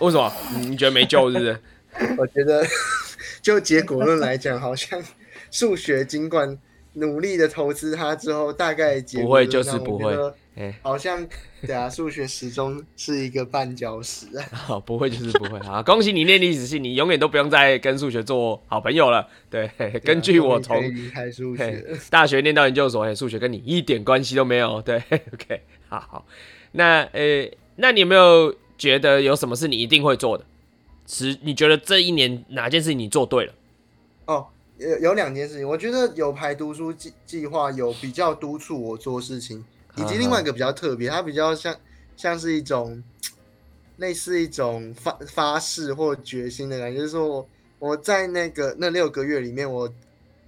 Speaker 1: 为什么？嗯你你觉得没救是不 是？
Speaker 3: 我觉得， 就结果论来讲，好像数学尽管努力的投资它之后，大概结
Speaker 1: 不
Speaker 3: 果
Speaker 1: 会
Speaker 3: 论
Speaker 1: 就是
Speaker 3: 上我
Speaker 1: 不
Speaker 3: 觉
Speaker 1: 会
Speaker 3: 得
Speaker 1: 哎、
Speaker 3: 好像对啊，数学始终是一个绊脚 石啊。
Speaker 1: 好，不会就是不会好， 恭喜你念历史系，你永远都不用再跟数学做好朋友了。对，嘿
Speaker 3: 啊
Speaker 1: 嘿根据我
Speaker 3: 终
Speaker 1: 从
Speaker 3: 于可以离开数学了
Speaker 1: 嘿，大学念到研究所，嘿，数学跟你一点关系都没有。 对，OK，好好。那呃、那你有没有觉得有什么是你一定会做的？是你觉得这一年哪件事你做对了？
Speaker 3: 哦，有有两件事情，我觉得有排读书计计划有比较督促我做事情，
Speaker 1: 嗯
Speaker 3: 以及另外一个比较特别，它比较像像是一种类似一种发发誓或决心的感觉，就是说我我在那个那六个月里面，我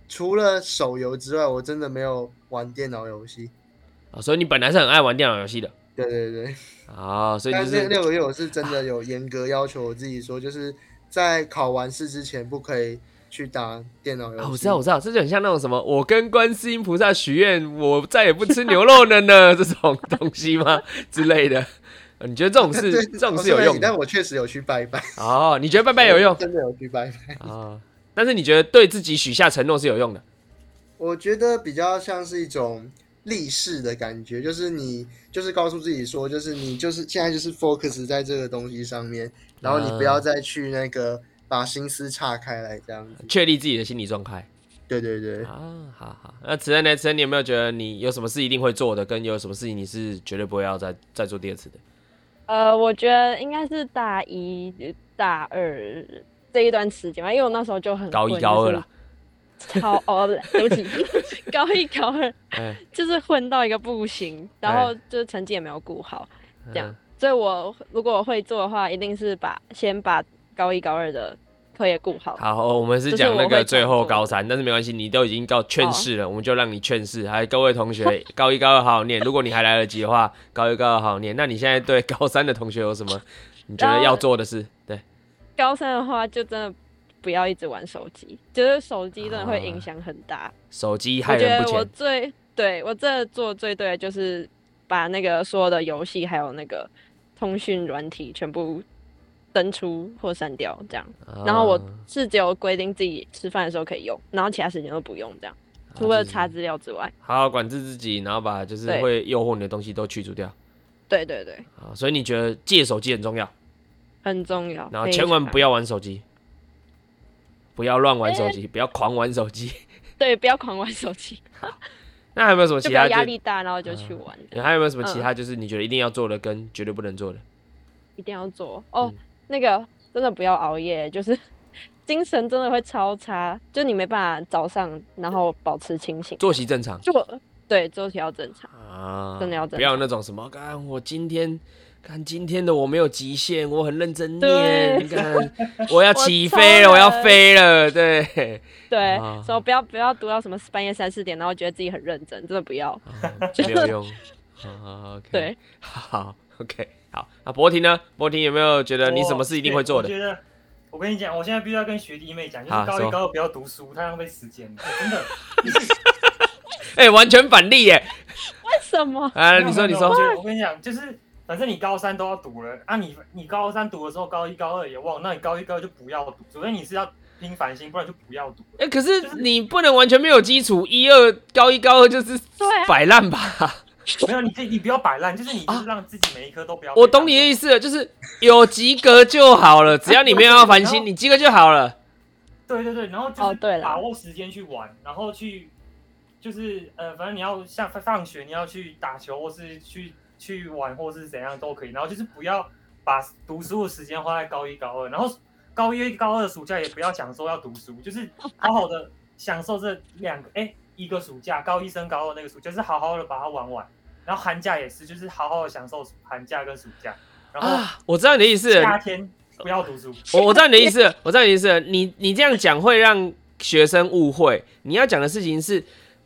Speaker 3: 除了手游之外，我真的没有玩电脑游戏。
Speaker 1: 啊，所以你本来是很爱玩电脑游戏的
Speaker 3: 对对对，
Speaker 1: 啊，所以就
Speaker 3: 但是
Speaker 1: 是
Speaker 3: 六个月我是真的有严格要求我自己说，就是在考完试之前不可以去打电脑游戏。
Speaker 1: 啊，我知道，我知道，这就很像那种什么，我跟观世音菩萨许愿，我再也不吃牛肉了呢， 这种东西吗之类的？呃你觉得这种 事，
Speaker 3: 对
Speaker 1: 这种
Speaker 3: 我
Speaker 1: 是
Speaker 3: 虽
Speaker 1: 有
Speaker 3: 然
Speaker 1: 用
Speaker 3: 但
Speaker 1: 的？
Speaker 3: 我确实有去拜拜。
Speaker 1: 哦，你觉得拜拜有用
Speaker 3: 真的有去拜拜。
Speaker 1: 啊？但是你觉得对自己许下承诺是有用的？
Speaker 3: 我觉得比较像是一种立誓的感觉，就是你就是告诉自己说，就是你就是现在就是 focus 在这个东西上面，然后你
Speaker 1: 啊
Speaker 3: 不要再去那个把心思岔开来这样子。
Speaker 1: 确立自己的心理状态
Speaker 3: 对对对，
Speaker 1: 啊，好好。那慈恩呢？慈恩，你有没有觉得你有什么事一定会做的，跟有什么事情你是绝对不会要再再做第二次的？
Speaker 2: 呃，我觉得应该是大一大二这一段时间吧，因为我那时候就很
Speaker 1: 高一
Speaker 2: 混
Speaker 1: 高二啦，，
Speaker 2: 就是超哦，不对，对不 起，高一高二
Speaker 1: 哎，
Speaker 2: 就是混到一个不行，然后就是成绩也没有顾好，
Speaker 1: 嗯
Speaker 2: 这样所以我如果我会做的话，一定是把先把高一高二的课业顾好。
Speaker 1: 好，我们是
Speaker 2: 这是
Speaker 1: 讲
Speaker 2: 我
Speaker 1: 那
Speaker 2: 会
Speaker 1: 个
Speaker 2: 常
Speaker 1: 最后
Speaker 2: 做的
Speaker 1: 高三，但是没关系，你都已经告劝世了，我们就让你劝世。还有各位同学， 高一、高二好好念，如果你还来得及的话，高一、高二好好念。那你现在对高三的同学有什么你觉得要做的 事？对，
Speaker 2: 高三的话，就真的不要一直玩手机，就是手机真的会影响很大。
Speaker 1: 手机害
Speaker 2: 我觉
Speaker 1: 啊人
Speaker 2: 得
Speaker 1: 不
Speaker 2: 我
Speaker 1: 浅，
Speaker 2: 最对我这做最对的就是把那个所有的游戏还有那个通讯软体全部登出或删掉，这样。
Speaker 1: 啊
Speaker 2: 然后我是只有规定自己吃饭的时候可以用，然后其他时间都不用这样，
Speaker 1: 啊
Speaker 2: 除了查资料之外。
Speaker 1: 好好管制自己，然后把就是
Speaker 2: 对
Speaker 1: 会诱惑你的东西都去除掉
Speaker 2: 对对对，
Speaker 1: 啊。所以你觉得戒手机很重要，
Speaker 2: 很重要。
Speaker 1: 然后千万不
Speaker 2: 要哎
Speaker 1: 要玩手机，不要乱玩手机，不要狂玩手机。
Speaker 2: 对，不要狂玩手机，
Speaker 1: 那还有没有什么
Speaker 2: 就
Speaker 1: 其
Speaker 2: 不要
Speaker 1: 他
Speaker 2: 压
Speaker 1: 就
Speaker 2: 力嗯大，然后就去玩，
Speaker 1: 还有没有什么其他就是你觉得一定要做的跟绝对不能做的？
Speaker 2: 一定要做哦。
Speaker 1: 嗯
Speaker 2: 那个真的不要熬夜，就是 精神真的会超差，就你没办法早上然后保持清醒。
Speaker 1: 作息正常
Speaker 2: 就我对作息要正常，
Speaker 1: 啊，
Speaker 2: 真的要正常
Speaker 1: 不要那种什么，干我今天。看今天的我没有极限，我很认真
Speaker 2: 对
Speaker 1: 念。 看，我要起
Speaker 2: 超
Speaker 1: 飞了，我要
Speaker 2: 人
Speaker 1: 飞了。 对，
Speaker 2: 对
Speaker 1: 啊，
Speaker 2: 所以不要不要读到什么半夜三四点，然后觉得自己很认真，真的不要。
Speaker 1: 啊没有用。好，OK，
Speaker 2: 对，
Speaker 1: 好，OK，好。那博婷呢？博婷有没有觉得啊你什么事一定会做的
Speaker 4: 我？觉得，我跟你讲，我现在必须要跟学弟妹讲，就
Speaker 1: 好
Speaker 4: 是高
Speaker 1: 说
Speaker 4: 一、高二不要读书，太浪费时间了，真的。
Speaker 1: 哎、完全反例耶！
Speaker 2: 为 什么？
Speaker 1: 啊，
Speaker 4: 没有
Speaker 1: 你说，你，
Speaker 4: 没有
Speaker 1: 说
Speaker 4: 我，觉得我跟你讲，就是反正你高三都要读了啊你，你高三读的时候，高一、高二也忘，那你高一、高二就不要读，除非你是要拼繁星，不然就不要读。
Speaker 1: 哎、可是你不能完全没有基础，一二高一高二就是
Speaker 2: 对啊
Speaker 1: 摆烂吧？
Speaker 4: 没有，你自己你不要摆烂，就是你就是让自己每一科都不要。
Speaker 1: 啊我懂你的意思了，就是有及格就好了，只要你没有要烦心，你及格就好了。
Speaker 4: 对对对，然后就
Speaker 2: 哦对
Speaker 4: 是
Speaker 2: 啦
Speaker 4: 把握时间去玩，然后去就是呃，反正你要下放学你要去打球，或是去去玩，或是怎样都可以。然后就是不要把读书的时间花在高一高二，然后高一高二暑假也不要想说要读书，就是好好的享受这两个哎一个暑假，高一升高二那个暑假就是好好的把它玩完。然后寒假也是，就是好好的享受寒假跟暑假，然后
Speaker 1: 啊，我知道你的意思了，
Speaker 4: 夏天不要读书。
Speaker 1: 我我知道你的意思了，我知道你的意思了。你你这样讲会让学生误会。你要讲的事情是，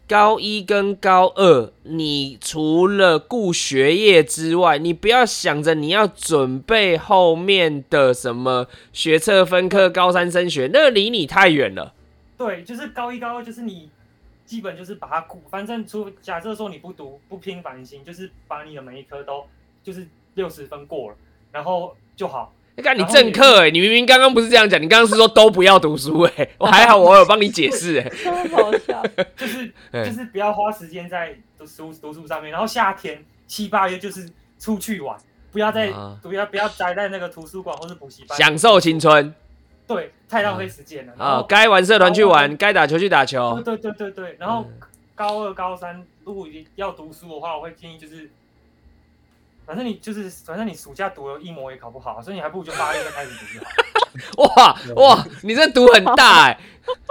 Speaker 1: 高一跟高二，你除了顾学业之外，你不要想着你要准备后面的什么学测分科、高三升学，那离你太远了。
Speaker 4: 对，就是高一高二，就是你基本就是把它顾，反正除假设说你不读不拼繁星，就是把你的每一科都就是六十分过了，然后就好。
Speaker 1: 你看你政客哎、你明明刚刚不是这样讲，你刚刚是说都不要读书哎、我还好我有帮你解释 哎、
Speaker 2: 超好 笑。
Speaker 4: 就是
Speaker 1: 哎
Speaker 4: 就是不要花时间在读书读书上面，然后夏天七八月就是出去玩，不要再、
Speaker 1: 啊
Speaker 4: 不要不要宅在那个图书馆或是补习班，
Speaker 1: 享受青春
Speaker 4: 对，太浪费时间了。然
Speaker 1: 啊，
Speaker 4: 后
Speaker 1: 该玩社团去玩，该打球去打球。
Speaker 4: 对对对对对，然后高二、高三如果要读书的话，我会建议就是，反正你就是反正你暑假读了一模也考不好，所以你还不如就八月份开始读就好。
Speaker 1: 哇哇，你这赌很大哎、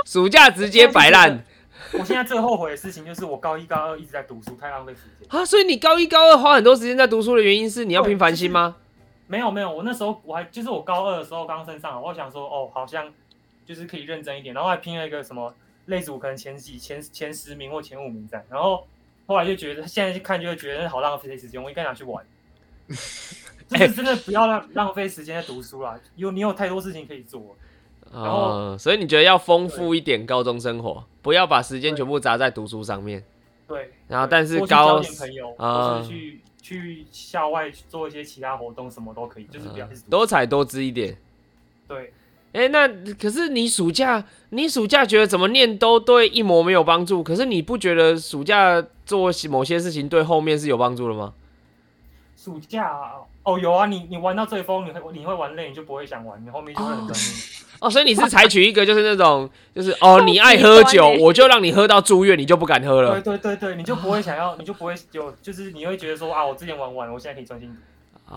Speaker 1: 暑假直接摆 烂
Speaker 4: 我现在最后悔的事情就是我高一、高二一直在读书，太浪费时间。
Speaker 1: 啊！所以你高一高二花很多时间在读书的原因是你要拼繁星吗？
Speaker 4: 没有没有，我那时候我还就是我高二的时候刚升上，我想说哦，好像就是可以认真一点，然后还拼了一个什么类组可能前几前前十名或前五名这样，然后后来就觉得现在去看就会觉得好浪费时间，我应该拿去玩。就是真的不要浪浪费时间在读书啦，有你有太多事情可以做。然
Speaker 1: 啊、
Speaker 4: 后
Speaker 1: 所以你觉得要丰富一点高中生活，不要把时间全部砸在读书上面。
Speaker 4: 对，
Speaker 1: 然后但是
Speaker 4: 多去
Speaker 1: 高
Speaker 4: 交点朋友，
Speaker 1: 啊
Speaker 4: 或是去去校外去做一些其他活动，什么都可以，就是不要一直
Speaker 1: 啊
Speaker 4: 读
Speaker 1: 多
Speaker 4: 书。
Speaker 1: 彩多姿一点。
Speaker 4: 对，
Speaker 1: 哎、那可是你暑假，你暑假觉得怎么念都对一模没有帮助，可是你不觉得暑假做某些事情对后面是有帮助的吗？
Speaker 4: 暑假啊哦有啊，你你玩到最疯，你会你会玩累，你就不会想玩，你后面就会很专心。
Speaker 1: 哦，所以你是采取一个就是那种，就是哦，你爱喝
Speaker 2: 极
Speaker 1: 酒，
Speaker 2: 端欸
Speaker 1: 我就让你喝到住院，你就不敢喝了
Speaker 4: 啊对对对对，你就不会想要，你就不会有，就是你会觉得说啊，我之前玩完，我现在可以专心读。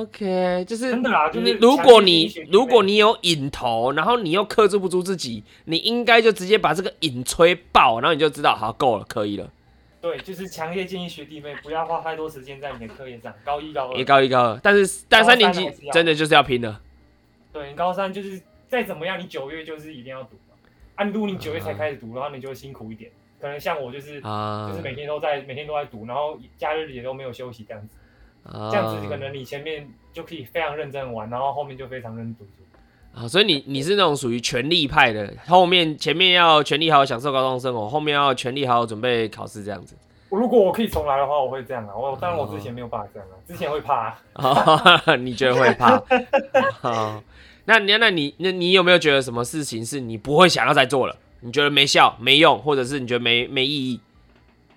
Speaker 1: OK，就是
Speaker 4: 真的啦就是
Speaker 1: 你如果
Speaker 4: 强烈
Speaker 1: 你
Speaker 4: 地
Speaker 1: 如果你有瘾头，然后你又克制不住自己，你应该就直接把这个瘾吹爆，然后你就知道好够了，可以了。
Speaker 4: 对，就是强烈建议学弟妹不要花太多时间在你的科研上，高一高
Speaker 1: 一
Speaker 4: 二，
Speaker 1: 高一高二，但是但
Speaker 4: 高
Speaker 1: 三
Speaker 4: 三
Speaker 1: 年级
Speaker 4: 还是要
Speaker 1: 真的就是要拼了。
Speaker 4: 对你高三就是再怎么样，你九月就是一定要读嘛。啊，如果你九月才开始读，然后你就辛苦一点。可能像我就是，
Speaker 1: 嗯啊，
Speaker 4: 就是每天都在每天都在读，然后假日也都没有休息这样子。
Speaker 1: 啊
Speaker 4: 这样子可能你前面就可以非常认真地玩，然后后面就非常认真地读书。
Speaker 1: 啊，所以你你是那种属于权力派的，后面前面要权力好好享受高中生活，后面要权力好好准备考试这样子。
Speaker 4: 我如果我可以重来的话，我会这样啊。我当然我之前没有办法这样啊，之前会怕、啊。
Speaker 1: 哦， 你觉得会 怕？好，那你那你那你有没有觉得什么事情是你不会想要再做了？你觉得没效、没用，或者是你觉得没没意义？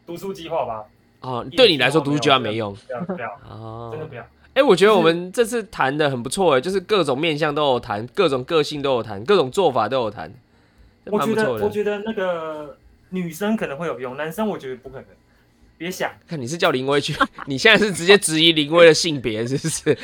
Speaker 4: 读书计划吧，
Speaker 1: 哦，对你来说读书就要没用
Speaker 4: 不要不要，
Speaker 1: 哦
Speaker 4: 真。的不要。
Speaker 1: 哎、我觉得我们这次谈的很不错哎，就是各种面向都有谈，各种个性都有谈，各种做法都有谈，
Speaker 4: 我
Speaker 1: 蛮
Speaker 4: 觉
Speaker 1: 不
Speaker 4: 得
Speaker 1: 错
Speaker 4: 我
Speaker 1: 的。
Speaker 4: 觉得那个女生可能会有用，男生我觉得不可能。别想，
Speaker 1: 看你是叫林威去，你现在是直接质疑林威的性别是不是？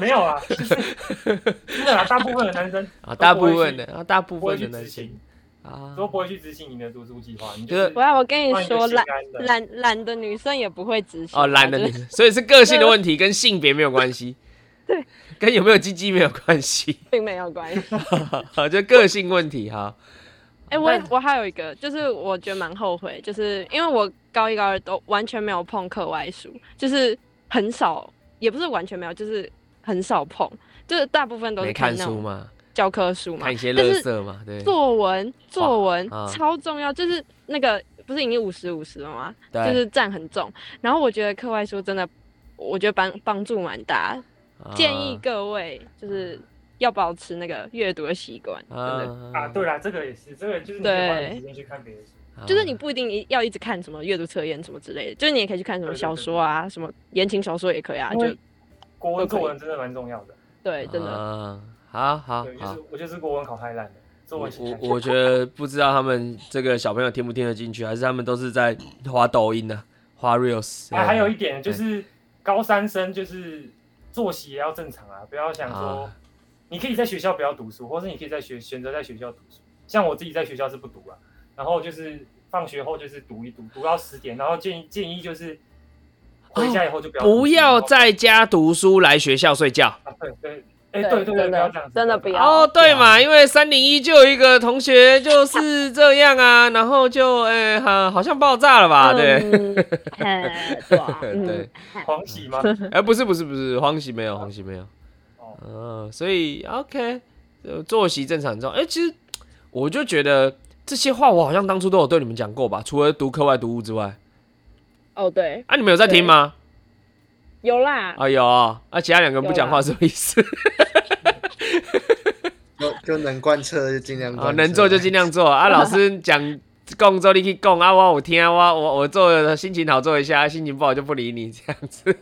Speaker 4: 没有啊，就是真 的啊，大部分的男生
Speaker 1: 啊，大
Speaker 4: 都不会
Speaker 1: 部分
Speaker 4: 去
Speaker 1: 的啊，大部
Speaker 4: 不会
Speaker 1: 分
Speaker 4: 去
Speaker 1: 的那
Speaker 4: 执
Speaker 1: 些
Speaker 4: 行，
Speaker 1: 啊，
Speaker 4: 都不会去执行你的读书计划。你
Speaker 1: 就是
Speaker 4: 就是
Speaker 2: 我要我跟你
Speaker 4: 换一个
Speaker 2: 说，
Speaker 4: 心
Speaker 2: 懒
Speaker 4: 安的
Speaker 2: 懒懒的女生也不会执行啊
Speaker 1: 哦，懒的
Speaker 2: 就
Speaker 1: 女
Speaker 2: 是
Speaker 1: 生，所以是个性的问题，跟性别没有关系，
Speaker 2: 对，
Speaker 1: 跟有没有鸡鸡没有关系，啊
Speaker 2: 并没有关系。
Speaker 1: 就个性问题哈。
Speaker 2: 哎、我我还有一个，就是我觉得蛮后悔，就是因为我高一高二都完全没有碰课外书，就是很少，也不是完全没有，就是很少碰，就是大部分都是
Speaker 1: 没看
Speaker 2: 那
Speaker 1: 书
Speaker 2: 种
Speaker 1: 嘛，
Speaker 2: 教科书嘛
Speaker 1: 看一。些
Speaker 2: 但
Speaker 1: 乐
Speaker 2: 是
Speaker 1: 色嘛，对，
Speaker 2: 作文作文
Speaker 1: 啊
Speaker 2: 超重要，就是那个不是已经五十五十了吗？
Speaker 1: 对
Speaker 2: 就是占很重。然后我觉得课外书真的，我觉得帮帮助蛮大，
Speaker 1: 啊
Speaker 2: 建议各位就是要保持那个阅读的习惯，
Speaker 1: 嗯
Speaker 2: 真的。
Speaker 4: 啊，对啦，这个也是，这个就是你可以花点时间去看别的书。
Speaker 1: 嗯
Speaker 2: 就是你不一定一要一直看什么阅读测验什么之类的，就是你也可以去看什么
Speaker 4: 对对
Speaker 2: 小
Speaker 4: 对
Speaker 2: 说啊，什么言情小说也可以啊，
Speaker 4: 因
Speaker 2: 就
Speaker 4: 为国文
Speaker 2: 都可以
Speaker 4: 作文真的蛮重要的。
Speaker 2: 对，真的。
Speaker 1: 啊，好好
Speaker 4: 对，就
Speaker 1: 好
Speaker 4: 是。我就是国文考太烂了，作
Speaker 1: 我
Speaker 4: 文写
Speaker 1: 我
Speaker 4: 太烂
Speaker 1: 我觉得不知道他们这个小朋友听不听得进去，还是他们都是在滑抖音呢、滑 reels
Speaker 4: 还还有一
Speaker 1: 对
Speaker 4: 点就是高三生就是作息也要正常啊，不要想说
Speaker 1: 啊
Speaker 4: 你可以在学校不要读书，或是你可以在学选择在学校读书。像我自己在学校是不读啊，然后就是放学后就是读一读，读到十点，然后建议建议就是回家以后就不要、哦
Speaker 1: 不要。在家读书，哦来学校睡觉。
Speaker 4: 啊，对对，哎、对对对，
Speaker 2: 真
Speaker 4: 不要
Speaker 2: 的
Speaker 4: 这样子，
Speaker 2: 真的不要
Speaker 1: 哦，对嘛，
Speaker 4: 对啊
Speaker 1: 因为三零一就有一个同学就是这样啊， 然后就哎好、好像爆炸了吧？啊对，
Speaker 2: 嗯，哎对啊
Speaker 1: 对
Speaker 2: 嗯，
Speaker 4: 狂喜吗？
Speaker 1: 哎、不是不是不是，黄喜没有，黄喜没有。
Speaker 4: 哦
Speaker 1: 嗯、所以 OK，呃作息正常之后，哎、其实我就觉得这些话我好像当初都有对你们讲过吧，除了读课外读物之外，
Speaker 2: 哦对，
Speaker 1: 啊，你们有在听吗？
Speaker 2: 有啦，
Speaker 1: 啊，有啊，啊，其他两个人不讲话
Speaker 2: 有啦
Speaker 1: 什么意思？
Speaker 3: 就就能贯彻就尽量贯
Speaker 1: 啊，
Speaker 3: 彻，
Speaker 1: 能做就尽量做 啊。老师讲供之后你去供啊，我有听啊，我我我做了心情好做一下，啊心情不好就不理你这样 子。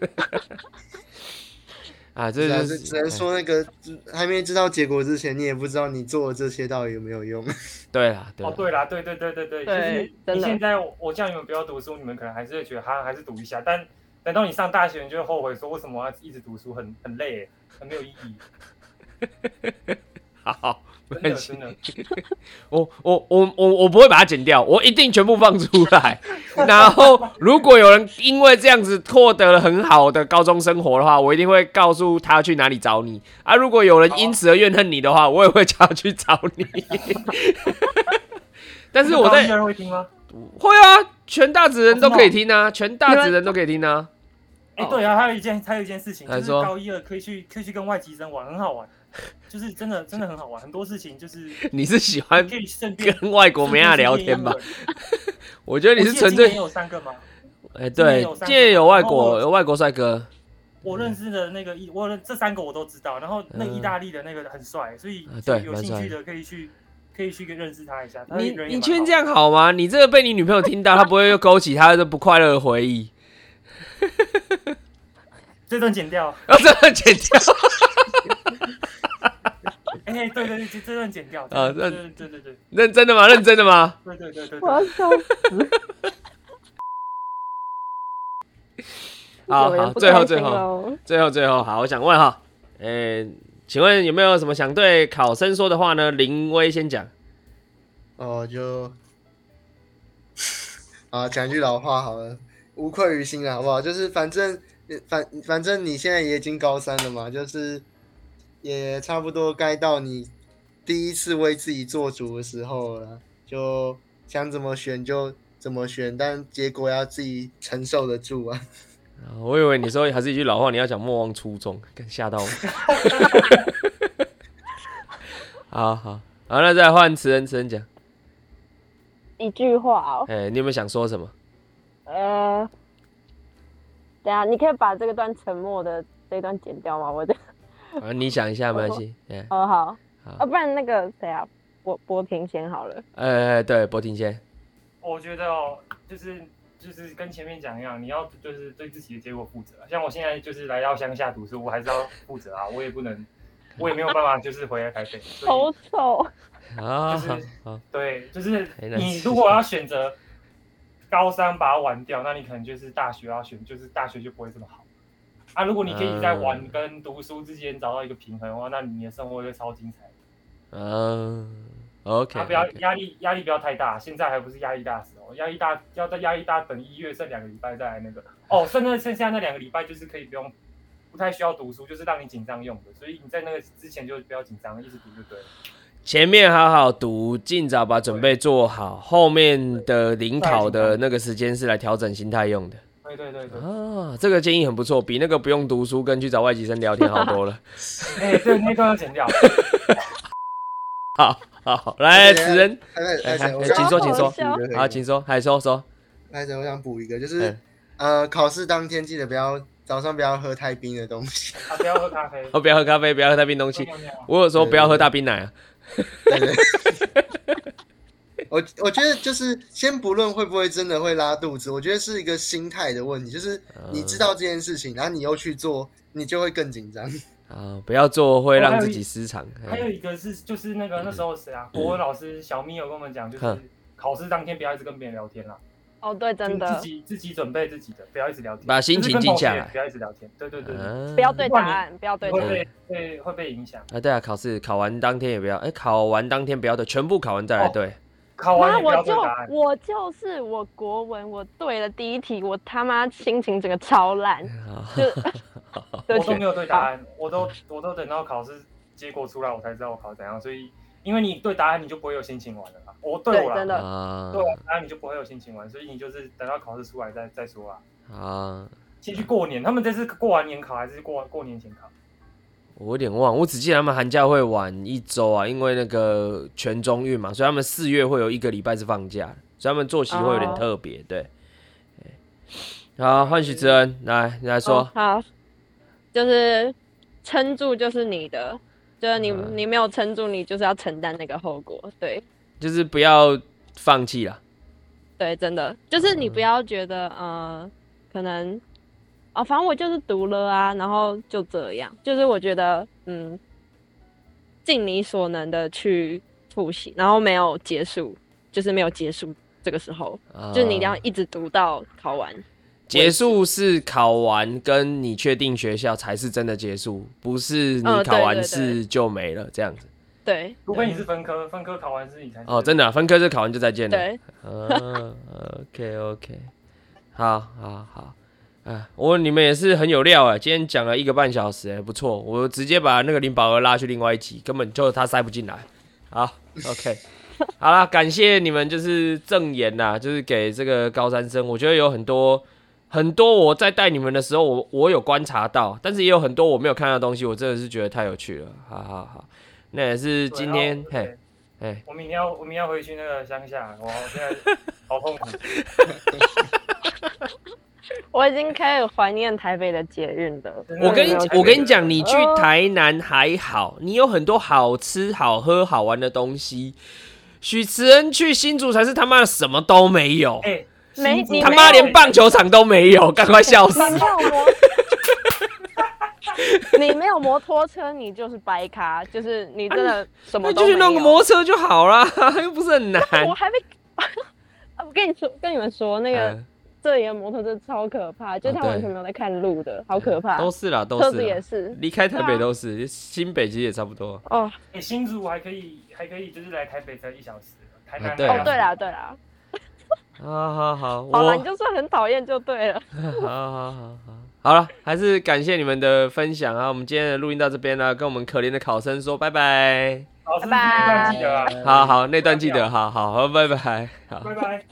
Speaker 1: 啊，这
Speaker 3: 是啊
Speaker 1: 就
Speaker 3: 只
Speaker 1: 是
Speaker 3: 只能说那个还没知道结果之前，你也不知道你做的这些到底有没有用。
Speaker 1: 哎对啦，对
Speaker 4: 哦，
Speaker 1: 啦，
Speaker 4: 对啦，对对对对对，就
Speaker 2: 对
Speaker 4: 是
Speaker 2: 真
Speaker 4: 你
Speaker 2: 的
Speaker 4: 现在我我叫你们不要读书，你们可能还是会觉得哈，还是读一下，但等到你上大学，你就会后悔说为什么我要一直读书，很很累，很没有意义，
Speaker 1: 好，没
Speaker 4: 真的
Speaker 1: 关系
Speaker 4: 真，的。
Speaker 1: 我我我我我不会把它剪掉，我一定全部放出来。然后如果有人因为这样子获得了很好的高中生活的话，我一定会告诉他去哪里找你啊。如果有人因此而怨恨你的话，我也会叫他去找你。 但是我在
Speaker 4: 高一二会听吗？
Speaker 2: 哦
Speaker 1: 会啊，全大子人都可以听啊，全大子人都可以听啊。
Speaker 4: 哎、
Speaker 2: 哦
Speaker 4: 对啊，还有一件还有一件事情，
Speaker 1: 来
Speaker 4: 就是
Speaker 1: 说
Speaker 4: 高一二可以去可以去跟外籍生玩，很好玩，就是真的真的很好玩，很多事情就是
Speaker 1: 你是喜欢
Speaker 4: 可以顺便。
Speaker 1: 跟外国美亚聊天吧？？我觉得你是纯粹
Speaker 4: 有三个吗？
Speaker 1: 哎，对，
Speaker 4: 今
Speaker 1: 借
Speaker 4: 年
Speaker 1: 有
Speaker 4: 有
Speaker 1: 外
Speaker 4: 三个
Speaker 1: 国有外国帅哥
Speaker 4: 我
Speaker 1: 嗯
Speaker 4: 认识的那个意，我认这三个我都知道，然后那意大利的那个很帅，所以
Speaker 1: 啊对
Speaker 4: 有
Speaker 1: 蛮
Speaker 4: 兴趣
Speaker 1: 帅
Speaker 4: 的可以去可以去跟认识他一下。他
Speaker 1: 你
Speaker 4: 人
Speaker 1: 你
Speaker 4: 也蛮
Speaker 1: 确定
Speaker 4: 好
Speaker 1: 这样好吗？你这个被你女朋友听到，她不会又勾起她的不快乐的回忆，
Speaker 4: 这段剪掉，
Speaker 1: 然后这个哦剪掉。
Speaker 4: 哎、对对对，这这段剪掉。
Speaker 1: 啊
Speaker 4: 对
Speaker 1: 这
Speaker 4: 对对对对
Speaker 1: 认真的吗？认真的吗？
Speaker 4: 对对对对
Speaker 2: 我
Speaker 4: 对。
Speaker 2: 要笑死。
Speaker 1: 好
Speaker 2: 有人
Speaker 1: 好，
Speaker 2: 不
Speaker 1: 最后
Speaker 2: 开
Speaker 1: 最
Speaker 2: 心
Speaker 1: 后
Speaker 2: 咯
Speaker 1: 最后最后，好，我想问哈，诶、请问有没有什么想对考生说的话呢？林威先讲，
Speaker 3: 哦，就啊，讲一句老话好了，无愧于心啊，好不好？就是反正反反正你现在也已经高三了嘛，就是也差不多该到你第一次为自己做主的时候了，就想怎么选就怎么选，但结果要自己承受得住啊。
Speaker 1: 啊我以为你说还是一句老话，你要讲莫忘初衷，干吓到我。 好好好，那再换词人词人讲，
Speaker 2: 一句话哦，
Speaker 1: 哎、你有没有想说什么？
Speaker 2: 呃，等一下你可以把这个段沉默的这一段剪掉吗？我的
Speaker 1: 啊，你想一下没关系，哎、
Speaker 2: 哦好，
Speaker 1: 好
Speaker 2: 啊不然那个谁啊，博博平先好了，
Speaker 1: 哎哎对，博婷先，
Speaker 4: 我觉得哦，就是就是跟前面讲一样，你要就是对自己的结果负责。啊像我现在就是来到乡下读书，我还是要负责啊，我也不能，我也没有办法就是回来台北。所
Speaker 2: 好
Speaker 4: 以
Speaker 2: 丑，
Speaker 1: 好
Speaker 4: 就是
Speaker 1: 好好，
Speaker 4: 对，就是
Speaker 1: 台南
Speaker 4: 你
Speaker 1: 市
Speaker 4: 如果要选择高三把它玩掉，那你可能就是大学要选，就是大学就不会这么好。啊，如果你可以在玩
Speaker 1: 嗯
Speaker 4: 跟读书之间找到一个平衡的话，那你的生活会超精彩。
Speaker 1: 嗯，OK，,
Speaker 4: 啊，不要
Speaker 1: OK
Speaker 4: 压力，压力不要太大。现在还不是压力大的时候，压力大要在压力大等一月剩两个礼拜再来那个。哦，剩那剩下那两个礼拜就是可以不用，不太需要读书，就是让你紧张用的。所以你在那个之前就不要紧张，一直读就对了。
Speaker 1: 前面好好读，尽早把准备做好，后面的临考的那个时间是来调整心态用的
Speaker 4: 对对对对，
Speaker 1: 啊。这个建议很不错，比那个不用读书跟去找外籍生聊天好 多了。
Speaker 4: 哎、对，那一段要剪掉。啊
Speaker 1: 好好，来，此人，
Speaker 3: 还有还
Speaker 1: 哎哎
Speaker 3: 有谁？我
Speaker 1: 请
Speaker 3: 想
Speaker 1: 说，请
Speaker 2: 好
Speaker 1: 说
Speaker 2: 好笑，
Speaker 1: 好，请说，还说说，
Speaker 3: 还有我想补一个，就是、
Speaker 1: 嗯
Speaker 3: 呃，考试当天记得不要早上不要喝太冰的东西。
Speaker 4: 啊，不要喝咖啡。
Speaker 1: 哦，不要喝咖啡，不要喝太冰东西
Speaker 4: 不。要尿尿
Speaker 1: 我有说不要喝大冰奶啊，
Speaker 3: 我我觉得就是先不论会不会真的会拉肚子，我觉得是一个心态的问题，就是你知道这件事情，然后你又去做，你就会更紧张。
Speaker 1: 啊，不要做会让自己失常。
Speaker 4: 还有
Speaker 1: 哎嗯
Speaker 4: 一个是，就是那个那时候谁啊？国文老师小咪有跟我们讲，就是
Speaker 1: 哼
Speaker 4: 考试当天不要一直跟别人聊天啦，
Speaker 2: 哦对，真
Speaker 4: 就自
Speaker 2: 的，
Speaker 4: 己自己准备自己的，不要一直聊天，
Speaker 1: 把心
Speaker 4: 就是
Speaker 1: 情
Speaker 4: 跟
Speaker 1: 静
Speaker 4: 同学
Speaker 1: 下来
Speaker 4: 不要一直聊天。对对对对。
Speaker 1: 啊
Speaker 2: 不要对答案，不要对答
Speaker 4: 会
Speaker 2: 案，
Speaker 4: 被会会被影响。
Speaker 1: 啊，对啊，考试考完当天也不要，哎，考完当天不要对，全部考完再来
Speaker 4: 哦
Speaker 1: 对。
Speaker 4: 考完
Speaker 2: 那
Speaker 4: 也不
Speaker 2: 我
Speaker 4: 要对
Speaker 2: 就
Speaker 4: 答案。
Speaker 2: 我就是我国文我对了第一题，我他妈心情整个超烂，
Speaker 1: 好
Speaker 2: 就
Speaker 1: 哦
Speaker 2: 对
Speaker 4: 我
Speaker 2: 不
Speaker 4: 都
Speaker 2: 起，
Speaker 4: 没
Speaker 2: 嗯
Speaker 4: 有对答案，我都我都等到考试结果出来，我才知道我考怎样。所以，因为你对答案，你就不会有心情玩了啦。我对
Speaker 2: 对
Speaker 4: 我
Speaker 2: 真
Speaker 4: 啦，
Speaker 2: 的
Speaker 1: 啊
Speaker 4: 对我答案你就不会有心情玩，所以你就是等到考试出来再再说啦。
Speaker 1: 啊，
Speaker 4: 先去过年，他们这次过完年考还是过过年前考？
Speaker 1: 我有点忘，我只记得他们寒假会晚一周啊，因为那个全中运嘛，所以他们四月会有一个礼拜是放假的，所以他们作息会有点
Speaker 2: 哦
Speaker 1: 特别。对，嗯对好，换许之恩来你来说
Speaker 2: 哦，好，就是撑住就是你的，就是你、
Speaker 1: 嗯
Speaker 2: 你没有撑住，你就是要承担那个后果，对
Speaker 1: 就是不要放弃啦。
Speaker 2: 对，真的就是你不
Speaker 1: 嗯
Speaker 2: 要觉得呃可能啊、反正我就是读了啊，然后就这样，就是我觉得嗯，尽你所能的去复习，然后没有结束，就是没有结束这个时候。
Speaker 1: 啊
Speaker 2: 就是你一定要一直读到考完。
Speaker 1: 结束是考完跟你确定学校才是真的结束，不是你
Speaker 2: 嗯对
Speaker 1: 考完
Speaker 2: 对对
Speaker 1: 试就没了这样子。
Speaker 2: 对
Speaker 4: 除非你是分科，分科考完试你才
Speaker 1: 哦，真的啊、分科是考完就再见了。
Speaker 2: 对，
Speaker 1: 嗯 OK OK，好，好，好，啊，我你们也是很有料啊，今天讲了一个半小时，哎，不错，我直接把那个林宝儿拉去另外一集，根本就他塞不进来。好，OK，好啦，感谢你们就是正言呐、就是给这个高三生，我觉得有很多很多我在带你们的时候，我我有观察到，但是也有很多我没有看到的东西，我真的是觉得太有趣了。好好好，那也是
Speaker 4: 对
Speaker 1: 今
Speaker 4: 然后
Speaker 1: 天
Speaker 4: 对
Speaker 1: 嘿，嘿。
Speaker 4: 我明天要我明天要回去那个乡下，我我 现在好痛苦。
Speaker 2: 我已经开始怀念台北的捷运了。
Speaker 1: 我跟你
Speaker 4: 没有
Speaker 1: 讲
Speaker 4: 台
Speaker 1: 我
Speaker 4: 北
Speaker 1: 跟你
Speaker 4: 的
Speaker 1: 讲，你去
Speaker 2: 哦
Speaker 1: 台南还好，你有很多好吃、好喝、好玩的东西。许慈恩去新竹才是他妈的什么都没有，
Speaker 4: 哎，
Speaker 2: 没
Speaker 4: 新竹
Speaker 2: 你
Speaker 1: 他妈
Speaker 2: 没有哎
Speaker 1: 连棒球场都没有，赶快笑死！
Speaker 2: 你没有摩， 你没有摩托车，你就是白咖，就是你真的什么
Speaker 1: 啊那
Speaker 2: 都
Speaker 1: 就
Speaker 2: 没
Speaker 1: 去
Speaker 2: 有。
Speaker 1: 弄个摩托车就 好啦，又不是很难。
Speaker 2: 我还没，啊我跟你说，跟你们说那个
Speaker 1: 嗯
Speaker 2: 这里的摩托车超可怕，就是他
Speaker 1: 对
Speaker 2: 完全没有在看路的，好可怕。
Speaker 1: 都是啦，都
Speaker 2: 车
Speaker 1: 是啊
Speaker 2: 子也
Speaker 1: 啦。
Speaker 2: 是
Speaker 1: 离开台北
Speaker 2: 对啊
Speaker 1: 都是，新北其实也差不多。
Speaker 2: 哦
Speaker 4: 欸新竹还可以，还可以，就是来台北才一小时，台南、
Speaker 1: 啊对
Speaker 2: 哦，对啦对啦，
Speaker 1: 啊，好好，我
Speaker 2: 好啦，你就算很讨厌就对了。
Speaker 1: 好好好好，好了，还是感谢你们的分享啊！我们今天的录音到这边了，跟我们可怜的考生说拜拜。
Speaker 4: 老师
Speaker 2: 拜拜
Speaker 4: 记得啊，
Speaker 1: 好好，那段记得，好好好，拜拜，好。
Speaker 4: 拜拜。